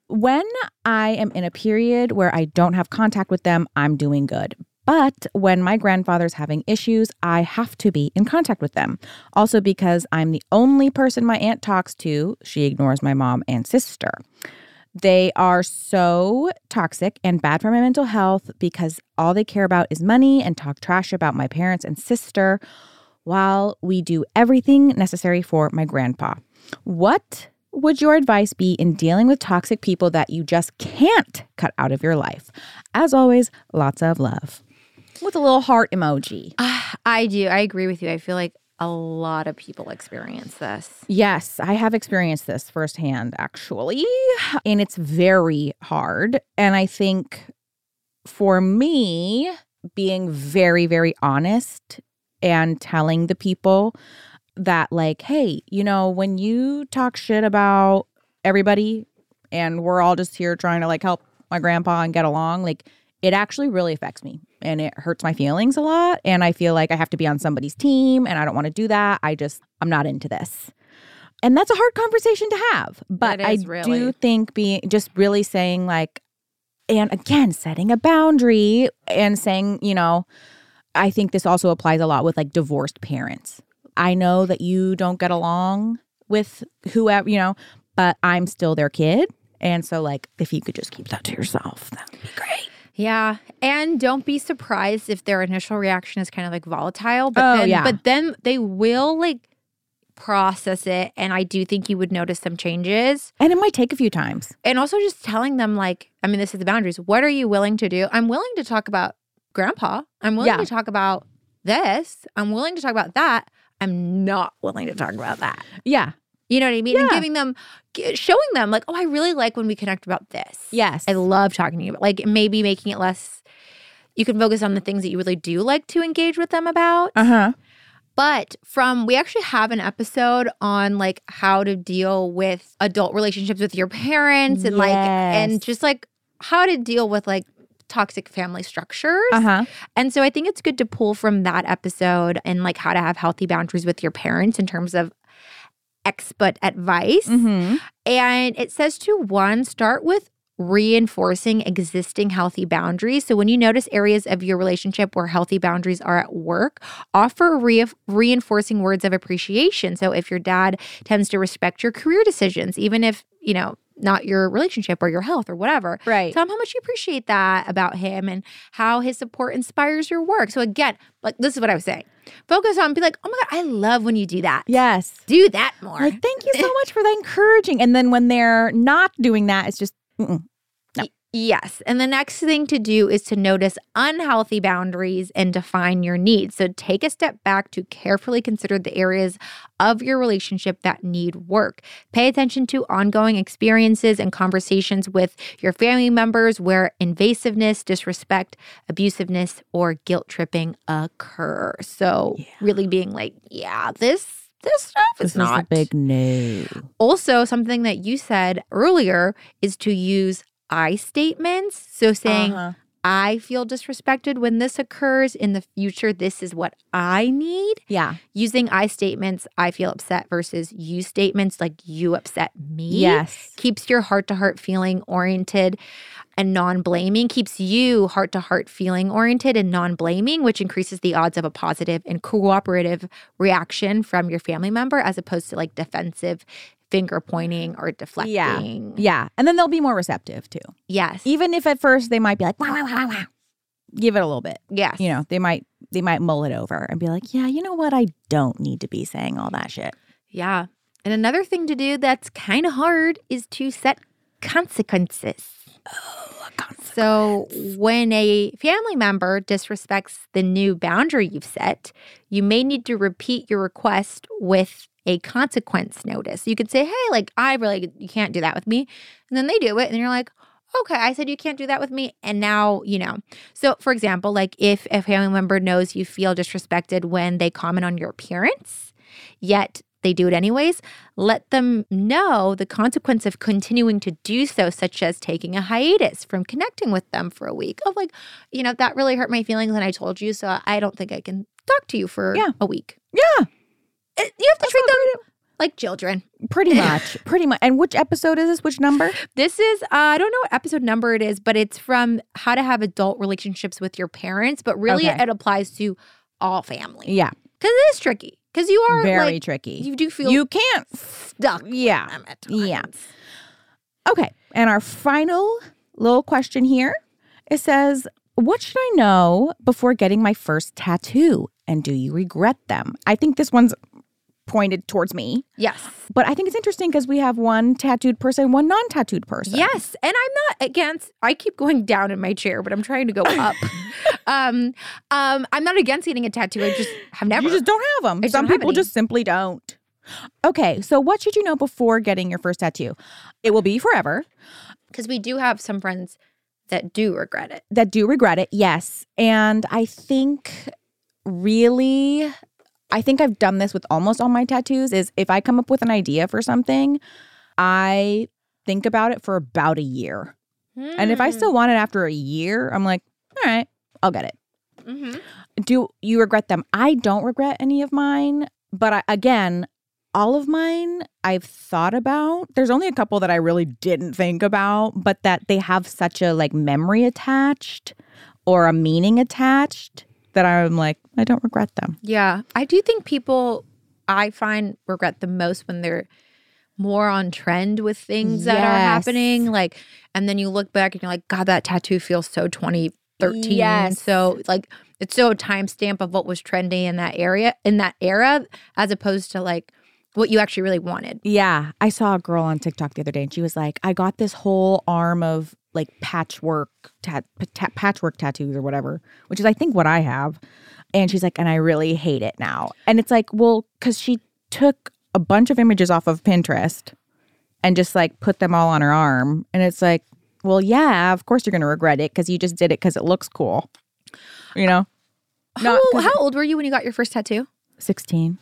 [SPEAKER 2] When I am in a period where I don't have contact with them, I'm doing good. But when my grandfather's having issues, I have to be in contact with them. Also, because I'm the only person my aunt talks to, she ignores my mom and sister. They are so toxic and bad for my mental health because all they care about is money and talk trash about my parents and sister while we do everything necessary for my grandpa. What would your advice be in dealing with toxic people that you just can't cut out of your life? As always, lots of love. With a little heart emoji.
[SPEAKER 1] Ah, I do. I agree with you. I feel like a lot of people experience this.
[SPEAKER 2] Yes, I have experienced this firsthand, actually. And it's very hard. And I think for me, being very, very honest and telling the people that, like, hey, you know, when you talk shit about everybody and we're all just here trying to like help my grandpa and get along, like, it actually really affects me and it hurts my feelings a lot. And I feel like I have to be on somebody's team and I don't want to do that. I just, I'm not into this. And that's a hard conversation to have. But
[SPEAKER 1] It
[SPEAKER 2] I
[SPEAKER 1] is, really.
[SPEAKER 2] do think being just really saying, like, and again, setting a boundary and saying, you know, I think this also applies a lot with like divorced parents. I know that you don't get along with whoever, you know, but I'm still their kid. And so, like, if you could just keep that to yourself, that would be great.
[SPEAKER 1] Yeah, and don't be surprised if their initial reaction is kind of like volatile, but
[SPEAKER 2] Oh,
[SPEAKER 1] then
[SPEAKER 2] yeah.
[SPEAKER 1] but then they will like process it and I do think you would notice some changes.
[SPEAKER 2] And it might take a few times.
[SPEAKER 1] And also just telling them like, I mean this is the boundaries. What are you willing to do? I'm willing to talk about grandpa. I'm willing
[SPEAKER 2] Yeah.
[SPEAKER 1] to talk about this. I'm willing to talk about that. I'm not willing to talk about that.
[SPEAKER 2] Yeah.
[SPEAKER 1] You know what I mean? And
[SPEAKER 2] Yeah.
[SPEAKER 1] giving them g- showing them like, "Oh, I really like when we connect about this."
[SPEAKER 2] Yes.
[SPEAKER 1] I love talking to you. But like maybe making it less you can focus on the things that you really do like to engage with them about.
[SPEAKER 2] Uh huh.
[SPEAKER 1] But from we actually have an episode on like how to deal with adult relationships with your parents and like and
[SPEAKER 2] Yes.
[SPEAKER 1] just like how to deal with like toxic family structures.
[SPEAKER 2] Uh huh.
[SPEAKER 1] And so I think it's good to pull from that episode and like how to have healthy boundaries with your parents in terms of expert advice.
[SPEAKER 2] Mm-hmm.
[SPEAKER 1] And it says to one, start with reinforcing existing healthy boundaries. So when you notice areas of your relationship where healthy boundaries are at work, offer re- reinforcing words of appreciation. So if your dad tends to respect your career decisions, even if, you know, not your relationship or your health or whatever.
[SPEAKER 2] Right.
[SPEAKER 1] Tell him how much you appreciate that about him and how his support inspires your work. So again, like this is what I was saying. Focus on be like, oh my God, I love when you do that.
[SPEAKER 2] yes.
[SPEAKER 1] Do that more.
[SPEAKER 2] Like, thank you so much for that encouraging. And then when they're not doing that, it's just, mm-mm.
[SPEAKER 1] Yes. And the next thing to do is to notice unhealthy boundaries and define your needs. So take a step back to carefully consider the areas of your relationship that need work. Pay attention to ongoing experiences and conversations with your family members where invasiveness, disrespect, abusiveness, or guilt tripping occur. So
[SPEAKER 2] Yeah.
[SPEAKER 1] really being like, yeah, this this stuff is not
[SPEAKER 2] no.
[SPEAKER 1] also, something that you said earlier is to use I statements. So saying,
[SPEAKER 2] Uh-huh.
[SPEAKER 1] I feel disrespected when this occurs. In the future, this is what I need.
[SPEAKER 2] Yeah.
[SPEAKER 1] Using I statements, I feel upset versus you statements, like you upset me.
[SPEAKER 2] Yes.
[SPEAKER 1] Keeps your heart to heart feeling oriented and non blaming, keeps you heart to heart feeling oriented and non blaming, which increases the odds of a positive and cooperative reaction from your family member as opposed to like defensive finger pointing or deflecting.
[SPEAKER 2] Yeah. And then they'll be more receptive too.
[SPEAKER 1] Yes.
[SPEAKER 2] Even if at first they might be like, wow, wow, wow, wow. Give it a little bit.
[SPEAKER 1] yes.
[SPEAKER 2] You know, they might they might mull it over and be like, yeah, you know what? I don't need to be saying all that shit.
[SPEAKER 1] Yeah. And another thing to do that's kind of hard is to set consequences. So, when a family member disrespects the new boundary you've set, you may need to repeat your request with a consequence notice. You could say, Hey, like, I really, you can't do that with me. And then they do it, and you're like, Okay, I said you can't do that with me. And now, you know. So, for example, like if a family member knows you feel disrespected when they comment on your appearance, yet they do it anyways, let them know the consequence of continuing to do so, such as taking a hiatus from connecting with them for a week. Of like, you know, that really hurt my feelings and I told you, so I don't think I can talk to you for
[SPEAKER 2] Yeah.
[SPEAKER 1] a week.
[SPEAKER 2] Yeah.
[SPEAKER 1] It- you have to treat them like children.
[SPEAKER 2] Pretty much. pretty much. And which episode is this? Which number?
[SPEAKER 1] This is, uh, I don't know what episode number it is, but it's from How to Have Adult Relationships with Your Parents, but really
[SPEAKER 2] Okay.
[SPEAKER 1] it applies to all families.
[SPEAKER 2] Yeah.
[SPEAKER 1] Because it is tricky. Because you are
[SPEAKER 2] Very
[SPEAKER 1] like,
[SPEAKER 2] tricky.
[SPEAKER 1] you do feel
[SPEAKER 2] you can't.
[SPEAKER 1] stuck. with
[SPEAKER 2] Yeah.
[SPEAKER 1] them at
[SPEAKER 2] Yeah.
[SPEAKER 1] times.
[SPEAKER 2] Okay. And our final little question here it says, What should I know before getting my first tattoo? And do you regret them? I think this one's pointed towards me,
[SPEAKER 1] Yes.
[SPEAKER 2] but I think it's interesting because we have one tattooed person, one non tattooed person.
[SPEAKER 1] Yes, and I'm not against. I keep going down in my chair, but I'm trying to go up. um, um, I'm not against getting a tattoo. I just have never.
[SPEAKER 2] You just don't have them.
[SPEAKER 1] I just
[SPEAKER 2] Some
[SPEAKER 1] don't have
[SPEAKER 2] people
[SPEAKER 1] any.
[SPEAKER 2] just simply don't. Okay, so what should you know before getting your first tattoo? It will be forever.
[SPEAKER 1] because we do have some friends that do regret it.
[SPEAKER 2] that do regret it, yes. And I think really, I think I've done this with almost all my tattoos is if I come up with an idea for something, I think about it for about a year.
[SPEAKER 1] Hmm.
[SPEAKER 2] And
[SPEAKER 1] Mm.
[SPEAKER 2] if I still want it after a year, I'm like, all right, I'll get it.
[SPEAKER 1] hmm
[SPEAKER 2] Do you regret them? I don't regret any of mine, but I, again, all of mine I've thought about. There's only a couple that I really didn't think about, but that they have such a like memory attached or a meaning attached that I'm like, I don't regret them.
[SPEAKER 1] yeah, I do think people I find regret the most when they're more on trend with things that are
[SPEAKER 2] Yes.
[SPEAKER 1] happening. Like, and then you look back and you're like, God, that tattoo feels so 2013.
[SPEAKER 2] Yes.
[SPEAKER 1] So like, it's so a timestamp of what was trendy in that area in that era, as opposed to like what you actually really wanted.
[SPEAKER 2] Yeah. I saw a girl on TikTok the other day and she was like, I got this whole arm of like patchwork tat- pat- patchwork tattoos or whatever, which is I think what I have. And she's like, and I really hate it now. And it's like, well, cuz she took a bunch of images off of Pinterest and just like put them all on her arm and it's like, well, yeah, of course you're going to regret it cuz you just did it cuz it looks cool. You know?
[SPEAKER 1] How,
[SPEAKER 2] Not 'cause-
[SPEAKER 1] how old were you when you got your first tattoo?
[SPEAKER 2] 16.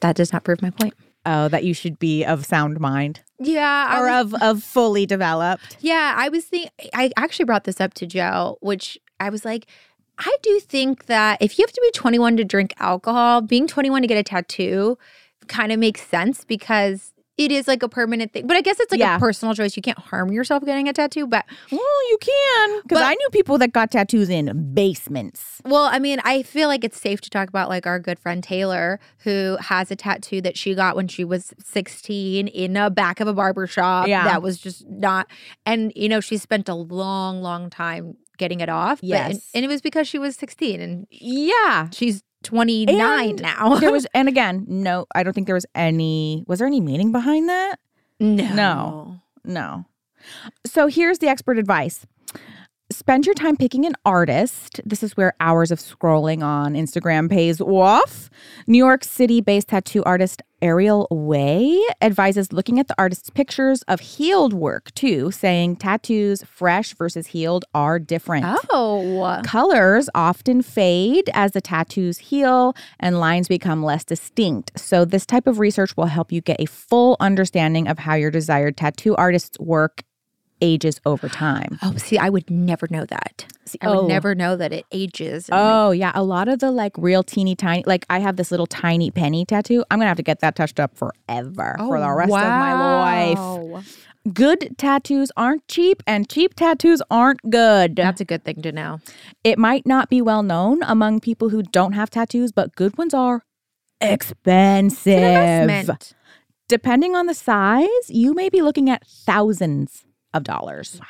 [SPEAKER 1] That does not prove my point.
[SPEAKER 2] Oh, that you should be of sound mind
[SPEAKER 1] Yeah. I
[SPEAKER 2] or
[SPEAKER 1] was-
[SPEAKER 2] of of fully developed.
[SPEAKER 1] Yeah, I was think I actually brought this up to Joe, which I was like, I do think that if you have to be 21 to drink alcohol, being 21 to get a tattoo kind of makes sense because it is like a permanent thing. But I guess it's like
[SPEAKER 2] Yeah.
[SPEAKER 1] a personal choice. You can't harm yourself getting a tattoo, but
[SPEAKER 2] Well, you can because
[SPEAKER 1] But-
[SPEAKER 2] I knew people that got tattoos in basements.
[SPEAKER 1] Well, I mean, I feel like it's safe to talk about like our good friend Taylor, who has a tattoo that she got when she was 16 in the back of a barber shop.
[SPEAKER 2] Yeah.
[SPEAKER 1] That was just not, and you know, she spent a long, long time getting it off. but- and-
[SPEAKER 2] Yes.
[SPEAKER 1] and, it was because she was 16 and
[SPEAKER 2] Yeah.
[SPEAKER 1] she's 29
[SPEAKER 2] And
[SPEAKER 1] now.
[SPEAKER 2] There was, and again, no, I don't think there was any. Was there any meaning behind that?
[SPEAKER 1] no.
[SPEAKER 2] No. So here's the expert advice. Spend your time picking an artist. This is where hours of scrolling on Instagram pays off. New York City based tattoo artist Ariel Way advises looking at the artist's pictures of healed work too, saying tattoos fresh versus healed are different.
[SPEAKER 1] Oh.
[SPEAKER 2] Colors often fade as the tattoos heal and lines become less distinct. So, this type of research will help you get a full understanding of how your desired tattoo artist's work ages over time.
[SPEAKER 1] Oh, see, I would never know that. See, I
[SPEAKER 2] oh.
[SPEAKER 1] would never know that it ages. and, like,
[SPEAKER 2] Oh, yeah. A lot of the like real teeny tiny, like I have this little tiny penny tattoo. I'm going to have to get that touched up forever for the rest of my life.
[SPEAKER 1] Oh, wow.
[SPEAKER 2] Good tattoos aren't cheap, and cheap tattoos aren't good.
[SPEAKER 1] That's a good thing to know.
[SPEAKER 2] It might not be well known among people who don't have tattoos, but good ones are expensive.
[SPEAKER 1] Investment.
[SPEAKER 2] Depending on the size, you may be looking at thousands of dollars.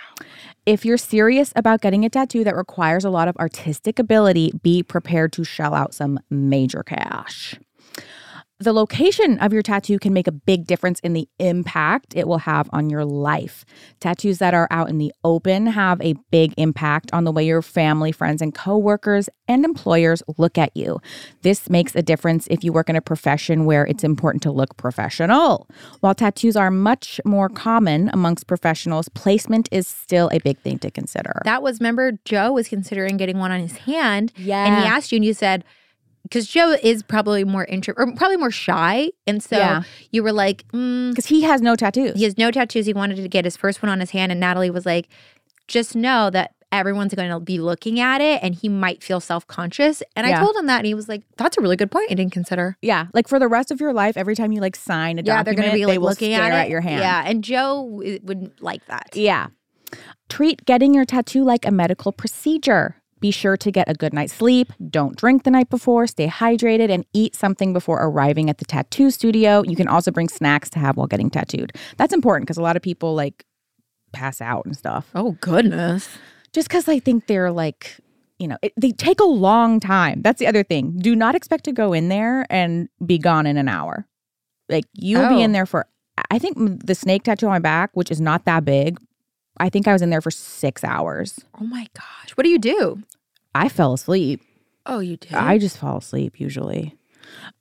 [SPEAKER 2] If you're serious about getting a tattoo that requires a lot of artistic ability, be prepared to shell out some major cash. The location of your tattoo can make a big difference in the impact it will have on your life. Tattoos that are out in the open have a big impact on the way your family, friends, and coworkers and employers look at you. This makes a difference if you work in a profession where it's important to look professional. While tattoos are much more common amongst professionals, placement is still a big thing to consider.
[SPEAKER 1] That was, remember, Joe was considering getting one on his hand.
[SPEAKER 2] yeah.
[SPEAKER 1] And he asked you, and you said, because Joe is probably more intro or probably more shy. And so
[SPEAKER 2] Yeah.
[SPEAKER 1] you were like, mm,
[SPEAKER 2] because he has no tattoos.
[SPEAKER 1] he has no tattoos. He wanted to get his first one on his hand. And Natalie was like, just know that everyone's going to be looking at it and he might feel self conscious. And I
[SPEAKER 2] Yeah.
[SPEAKER 1] told him that. And he was like, that's a really good point. I didn't consider.
[SPEAKER 2] Yeah, like for the rest of your life, every time you like sign a
[SPEAKER 1] Yeah, they're
[SPEAKER 2] document,
[SPEAKER 1] going to be like
[SPEAKER 2] they will
[SPEAKER 1] looking
[SPEAKER 2] stare
[SPEAKER 1] at, it.
[SPEAKER 2] your hand.
[SPEAKER 1] Yeah. And Joe w- wouldn't like that.
[SPEAKER 2] Yeah. Treat getting your tattoo like a medical procedure. Be sure to get a good night's sleep, don't drink the night before, stay hydrated, and eat something before arriving at the tattoo studio. You can also bring snacks to have while getting tattooed. That's important because a lot of people like pass out and stuff.
[SPEAKER 1] Oh, goodness.
[SPEAKER 2] Just because I think they're like, you know, it, they take a long time. That's the other thing. Do not expect to go in there and be gone in an hour. Like you'll
[SPEAKER 1] Oh.
[SPEAKER 2] be in there for, I think m- the snake tattoo on my back, which is not that big, I think I was in there for six hours.
[SPEAKER 1] Oh, my gosh. What do you do?
[SPEAKER 2] I fell asleep.
[SPEAKER 1] Oh, you do?
[SPEAKER 2] I just fall asleep usually.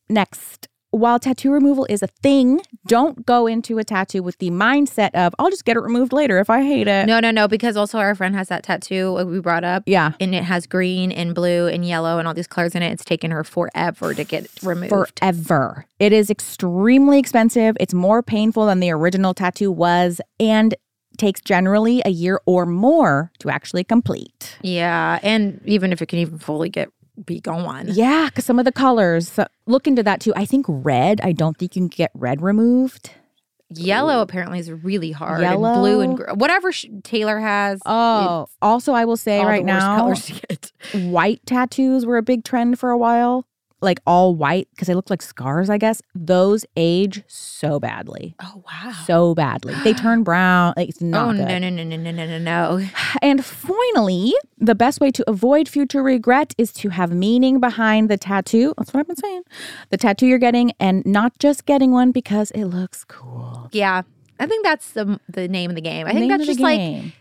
[SPEAKER 2] Next, while tattoo removal is a thing, don't go into a tattoo with the mindset of, I'll just get it removed later if I hate it.
[SPEAKER 1] No, no, no, because also our friend has that tattoo uh, we brought up.
[SPEAKER 2] Uh, Yeah.
[SPEAKER 1] And it has green and blue and yellow and all these colors in it. It's taken her forever to get it removed.
[SPEAKER 2] Forever. It is extremely expensive. It's more painful than the original tattoo was and takes generally a year or more to actually complete.
[SPEAKER 1] yeah. And even if it can even fully get be gone.
[SPEAKER 2] Yeah, because some of the colors, so look into that too. I think red, I don't think you can get red removed.
[SPEAKER 1] Yellow apparently is really hard. And blue and gr- whatever sh- Taylor has.
[SPEAKER 2] Oh, also, I will say
[SPEAKER 1] all the
[SPEAKER 2] right
[SPEAKER 1] worst
[SPEAKER 2] now,
[SPEAKER 1] colors to get.
[SPEAKER 2] white tattoos were a big trend for a while, like all white because they look like scars, I guess. Those age so badly,
[SPEAKER 1] Oh wow.
[SPEAKER 2] so badly. They turn brown. Like, it's not
[SPEAKER 1] oh
[SPEAKER 2] good.
[SPEAKER 1] no no no no no no no no.
[SPEAKER 2] And finally, the best way to avoid future regret is to have meaning behind the tattoo. That's what I've been saying. The tattoo you're getting, and not just getting one because it looks cool.
[SPEAKER 1] Yeah. I think that's the the name of the game. I think
[SPEAKER 2] Name
[SPEAKER 1] that's
[SPEAKER 2] of the
[SPEAKER 1] just like
[SPEAKER 2] game.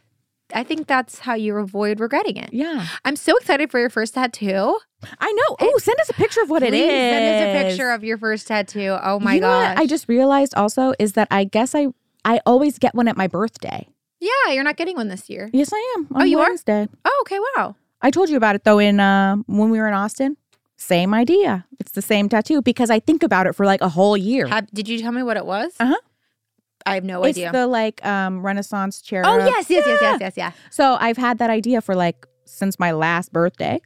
[SPEAKER 1] I think that's how you avoid regretting it.
[SPEAKER 2] yeah.
[SPEAKER 1] I'm so excited for your first tattoo.
[SPEAKER 2] I know. Oh, send us a picture of what it
[SPEAKER 1] Please
[SPEAKER 2] is.
[SPEAKER 1] Send us a picture of your first tattoo. Oh my
[SPEAKER 2] you know
[SPEAKER 1] god!
[SPEAKER 2] what I just realized also is that I guess I I always get one at my birthday.
[SPEAKER 1] yeah, you're not getting one this year.
[SPEAKER 2] Yes, I am.
[SPEAKER 1] Oh, you are?
[SPEAKER 2] Wednesday.
[SPEAKER 1] Oh, okay, wow.
[SPEAKER 2] I told you about it though in uh, when we were in Austin. Same idea. It's the same tattoo because I think about it for like a whole year.
[SPEAKER 1] Have, did you tell me what it was?
[SPEAKER 2] Uh-huh.
[SPEAKER 1] I have no
[SPEAKER 2] it's
[SPEAKER 1] idea.
[SPEAKER 2] the like um Renaissance chair.
[SPEAKER 1] oh yes, yes, yes, yes, yes, yeah.
[SPEAKER 2] So I've had that idea for like since my last birthday.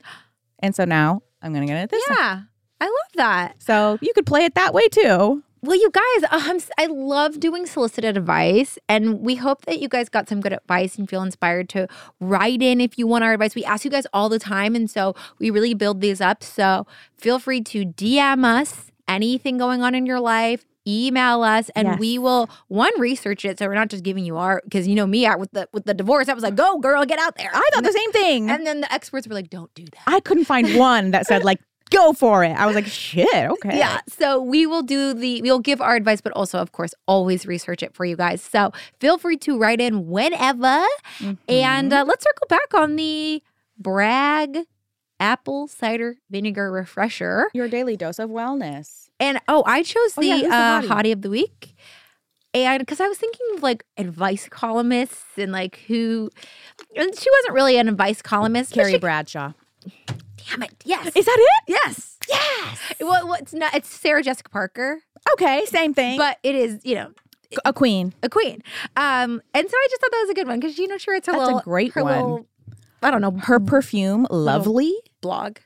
[SPEAKER 2] And so now I'm gonna get it this time.
[SPEAKER 1] Yeah. I love that.
[SPEAKER 2] So you could play it that way too.
[SPEAKER 1] Well, you guys, uh, I'm, si love doing solicited advice, and we hope that you guys got some good advice and feel inspired to write in if you want our advice. We ask you guys all the time, and so we really build these up. So feel free to DM us anything going on in your life, email us, and
[SPEAKER 2] Yes.
[SPEAKER 1] we will one research it. So we're not just giving you our because you know me I, with the with the divorce, I was like, go girl, get out there.
[SPEAKER 2] I thought the same thing.
[SPEAKER 1] and then the experts were like, don't do that.
[SPEAKER 2] I couldn't find one that said like go for it. I was like, shit, okay.
[SPEAKER 1] Yeah. So we will do the, we'll give our advice, but also, of course, always research it for you guys. So feel free to write in whenever.
[SPEAKER 2] Mhm.
[SPEAKER 1] And uh, let's circle back on the brag apple cider vinegar refresher.
[SPEAKER 2] your daily dose of wellness.
[SPEAKER 1] And oh, I chose
[SPEAKER 2] Oh,
[SPEAKER 1] the,
[SPEAKER 2] yeah, who's the
[SPEAKER 1] uh,
[SPEAKER 2] hottie?
[SPEAKER 1] hottie of the week. And because I was thinking of like advice columnists and like who, and she wasn't really an advice columnist. but
[SPEAKER 2] Carrie
[SPEAKER 1] she-
[SPEAKER 2] Bradshaw.
[SPEAKER 1] damn it. Yes.
[SPEAKER 2] Is that it?
[SPEAKER 1] yes.
[SPEAKER 2] Yes.
[SPEAKER 1] Well, well, it's not, it's Sarah Jessica Parker,
[SPEAKER 2] Okay, same thing.
[SPEAKER 1] but it is, you know,
[SPEAKER 2] a queen.
[SPEAKER 1] a queen. Um, and so I just thought that was a good one because you know, sure, it's her
[SPEAKER 2] That's a
[SPEAKER 1] little
[SPEAKER 2] great
[SPEAKER 1] her
[SPEAKER 2] one.
[SPEAKER 1] Little, I don't know
[SPEAKER 2] Her perfume, Lovely,
[SPEAKER 1] blog.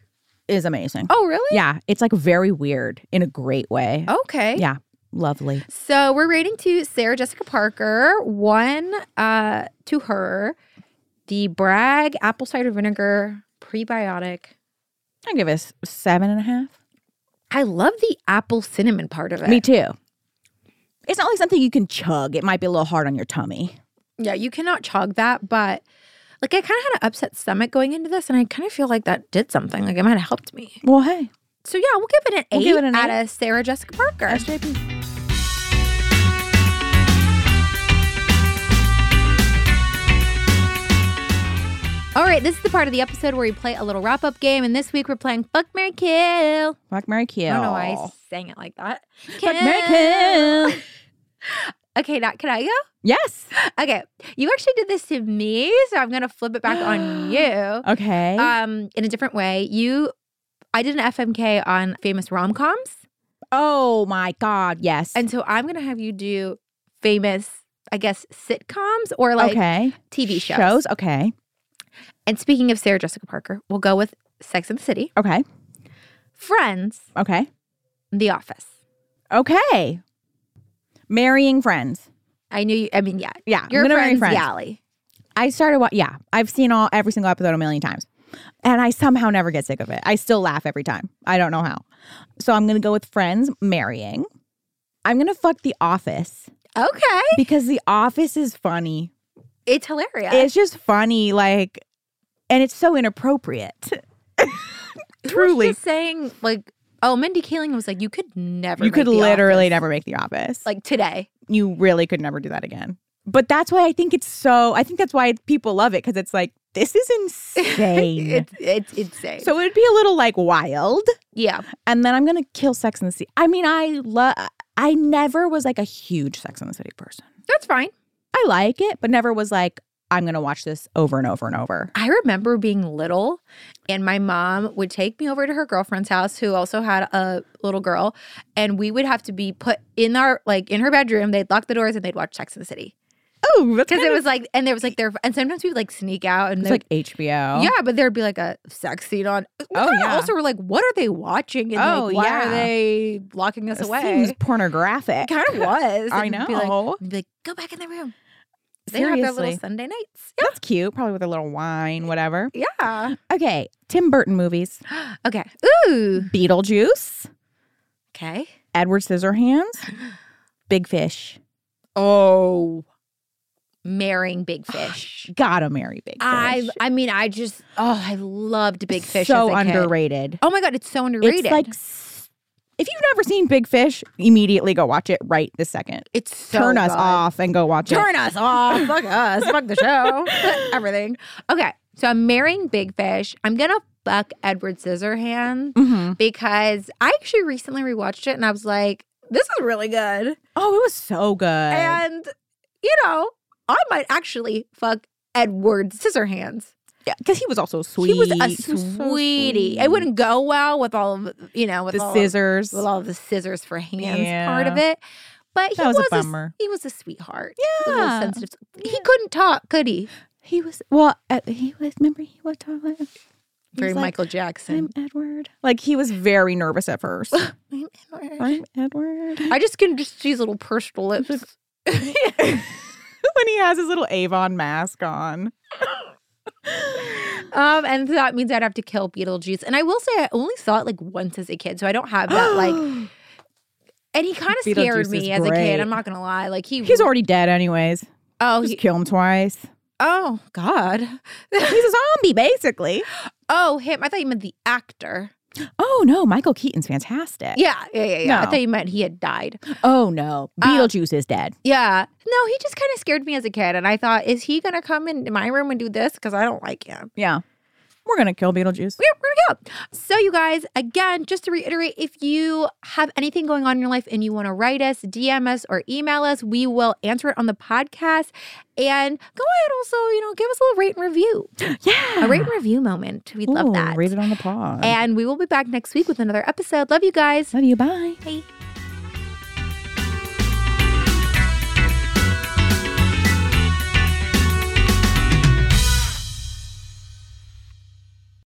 [SPEAKER 2] is amazing.
[SPEAKER 1] Oh, really?
[SPEAKER 2] Yeah, it's like very weird in a great way.
[SPEAKER 1] Okay.
[SPEAKER 2] Yeah, lovely.
[SPEAKER 1] So we're rating to Sarah Jessica Parker one uh, to her, the Bragg apple cider vinegar prebiotic.
[SPEAKER 2] I give us seven and a half.
[SPEAKER 1] I love the apple cinnamon part of it.
[SPEAKER 2] Me too. It's not like something you can chug. It might be a little hard on your tummy.
[SPEAKER 1] Yeah, you cannot chug that, but like I kind of had an upset stomach going into this, and I kind of feel like that did something. Like it might have helped me.
[SPEAKER 2] Well, hey,
[SPEAKER 1] So yeah, we'll give it an
[SPEAKER 2] We'll
[SPEAKER 1] eight
[SPEAKER 2] give it an
[SPEAKER 1] out of Sarah Jessica Parker.
[SPEAKER 2] SJP.
[SPEAKER 1] All right, this is the part of the episode where we play a little wrap up game, and this week we're playing Fuck Mary Kill.
[SPEAKER 2] Fuck Mary Kill.
[SPEAKER 1] I don't know why Oh, I sang it like that.
[SPEAKER 2] Fuck Mary Kill.
[SPEAKER 1] Okay, now can I go?
[SPEAKER 2] yes.
[SPEAKER 1] Okay, you actually did this to me, so I'm gonna flip it back on you.
[SPEAKER 2] Okay.
[SPEAKER 1] Um, in a different way, you, I did an FMK on famous rom coms,
[SPEAKER 2] oh my God. Yes.
[SPEAKER 1] and so I'm gonna have you do famous, I guess, sitcoms or like
[SPEAKER 2] okay.
[SPEAKER 1] TV shows.
[SPEAKER 2] Okay.
[SPEAKER 1] And speaking of Sarah Jessica Parker, we'll go with Sex and the City,
[SPEAKER 2] Okay.
[SPEAKER 1] Friends,
[SPEAKER 2] Okay.
[SPEAKER 1] The Office.
[SPEAKER 2] Okay. Marrying friends.
[SPEAKER 1] I knew you. I mean, yeah,
[SPEAKER 2] Yeah. I'm
[SPEAKER 1] your
[SPEAKER 2] gonna marry
[SPEAKER 1] friends,
[SPEAKER 2] friends.
[SPEAKER 1] Yali.
[SPEAKER 2] I started. Wa- yeah, I've seen all every single episode a million times, and I somehow never get sick of it. I still laugh every time. I don't know how. So I'm gonna go with Friends marrying. I'm gonna fuck The Office
[SPEAKER 1] Okay,
[SPEAKER 2] because The Office is funny.
[SPEAKER 1] it's hilarious.
[SPEAKER 2] It's just funny, like, and it's so inappropriate.
[SPEAKER 1] Who was
[SPEAKER 2] Truly,
[SPEAKER 1] just saying like, oh, Mindy Kaling was like, you could never,
[SPEAKER 2] you
[SPEAKER 1] make
[SPEAKER 2] could
[SPEAKER 1] The
[SPEAKER 2] literally
[SPEAKER 1] Office."
[SPEAKER 2] never make The Office. Like,
[SPEAKER 1] like today.
[SPEAKER 2] you really could never do that again. But that's why I think it's so. I think that's why people love it because it's like this is insane.
[SPEAKER 1] it's it's insane.
[SPEAKER 2] so it would be a little like wild.
[SPEAKER 1] yeah,
[SPEAKER 2] and then I'm gonna kill Sex in the City. I mean, I love. I never was like a huge Sex in the City person.
[SPEAKER 1] that's fine.
[SPEAKER 2] I like it, but never was like I'm gonna watch this over and over and over.
[SPEAKER 1] I remember being little, and my mom would take me over to her girlfriend's house, who also had a little girl, and we would have to be put in our like in her bedroom. They'd lock the doors and they'd watch Sex in the City
[SPEAKER 2] Oh, that's
[SPEAKER 1] because
[SPEAKER 2] kind
[SPEAKER 1] it
[SPEAKER 2] of-
[SPEAKER 1] was like, and there was like their, and sometimes we would like sneak out and
[SPEAKER 2] it's
[SPEAKER 1] they would
[SPEAKER 2] like HBO.
[SPEAKER 1] Yeah, but there'd be like a sex scene on. We
[SPEAKER 2] Oh,
[SPEAKER 1] kinda
[SPEAKER 2] yeah.
[SPEAKER 1] Also, were like, what are they watching? And
[SPEAKER 2] Oh,
[SPEAKER 1] like, why
[SPEAKER 2] yeah.
[SPEAKER 1] are they locking us
[SPEAKER 2] It
[SPEAKER 1] away?
[SPEAKER 2] seems
[SPEAKER 1] it
[SPEAKER 2] pornographic.
[SPEAKER 1] kind of was.
[SPEAKER 2] I
[SPEAKER 1] And
[SPEAKER 2] know.
[SPEAKER 1] Be like, be like, go back in the room. They have their
[SPEAKER 2] Seriously.
[SPEAKER 1] little Sunday nights.
[SPEAKER 2] That's cute. Probably with a little wine, whatever.
[SPEAKER 1] Yeah.
[SPEAKER 2] Okay, Tim Burton movies:
[SPEAKER 1] Okay. Ooh.
[SPEAKER 2] Beetlejuice,
[SPEAKER 1] Okay.
[SPEAKER 2] Edward Scissorhands, Big Fish.
[SPEAKER 1] Oh. Marrying Oh, Big Fish.
[SPEAKER 2] Gotta marry Big Fish.
[SPEAKER 1] I I mean, I just, oh, I loved Big Fish.
[SPEAKER 2] So
[SPEAKER 1] as a kid.
[SPEAKER 2] underrated.
[SPEAKER 1] Oh my God, it's so underrated.
[SPEAKER 2] It's like s- if you've never seen Big Fish, immediately go watch it right this second.
[SPEAKER 1] it's so
[SPEAKER 2] Turn us
[SPEAKER 1] good.
[SPEAKER 2] off and go watch it.
[SPEAKER 1] Turn us off. Fuck us. Fuck the show. Everything. Okay. So I'm marrying Big Fish. I'm going to fuck Edward Scissorhand
[SPEAKER 2] Mhm.
[SPEAKER 1] because I actually recently rewatched it and I was like, this is really good.
[SPEAKER 2] Oh, it was so good.
[SPEAKER 1] And, you know, I might actually fuck Edward Scissorhands.
[SPEAKER 2] because he was also sweet.
[SPEAKER 1] He was a
[SPEAKER 2] so
[SPEAKER 1] sweetie.
[SPEAKER 2] sweet.
[SPEAKER 1] It wouldn't go well with all of you know with
[SPEAKER 2] the
[SPEAKER 1] all of,
[SPEAKER 2] scissors.
[SPEAKER 1] with all the scissors for hands part
[SPEAKER 2] Yeah.
[SPEAKER 1] of it. But he
[SPEAKER 2] That was a
[SPEAKER 1] s-
[SPEAKER 2] bummer.
[SPEAKER 1] he was a sweetheart. A little
[SPEAKER 2] Yeah.
[SPEAKER 1] sensitive. He couldn't talk, could he?
[SPEAKER 2] He was well. Uh, he was. Remember, he was talking. he was
[SPEAKER 1] Very
[SPEAKER 2] like,
[SPEAKER 1] Michael Jackson.
[SPEAKER 2] I'm Edward. Like he was very nervous at first.
[SPEAKER 1] i
[SPEAKER 2] I'm Edward.
[SPEAKER 1] just can just see his little pursed lips.
[SPEAKER 2] when he has his little Avon mask on.
[SPEAKER 1] Um, and that means I'd have to kill Beetlejuice. And I will say I only saw it like once as a kid, so I don't have that like. And he kind of scared
[SPEAKER 2] Beetlejuice
[SPEAKER 1] me
[SPEAKER 2] is
[SPEAKER 1] as a
[SPEAKER 2] great.
[SPEAKER 1] kid. I'm not gonna lie. Like he
[SPEAKER 2] he's already dead, anyways.
[SPEAKER 1] oh
[SPEAKER 2] Just
[SPEAKER 1] he,
[SPEAKER 2] kill him twice.
[SPEAKER 1] oh god
[SPEAKER 2] He's a zombie, basically.
[SPEAKER 1] oh him. I thought you meant the actor.
[SPEAKER 2] Oh no, Michael Keaton's fantastic.
[SPEAKER 1] Yeah, yeah, yeah, yeah.
[SPEAKER 2] No.
[SPEAKER 1] I thought you meant he had died.
[SPEAKER 2] Oh no,
[SPEAKER 1] Uh,
[SPEAKER 2] Beetlejuice is dead.
[SPEAKER 1] Yeah. No, he just kind of scared me as a kid. And I thought, is he going to come into my room and do this? Because I don't like him.
[SPEAKER 2] Yeah, we're gonna kill Beetlejuice.
[SPEAKER 1] We're, we're going to go. So, you guys, again, just to reiterate, if you have anything going on in your life and you want to write us, DM us, or email us, we will answer it on the podcast. And go ahead, also, you know, give us a little rate and review.
[SPEAKER 2] Yeah,
[SPEAKER 1] A rate and review moment. We'd
[SPEAKER 2] Ooh,
[SPEAKER 1] love that.
[SPEAKER 2] Read it on the pod.
[SPEAKER 1] And we will be back next week with another episode. Love you guys.
[SPEAKER 2] Love you. Bye.
[SPEAKER 1] Bye.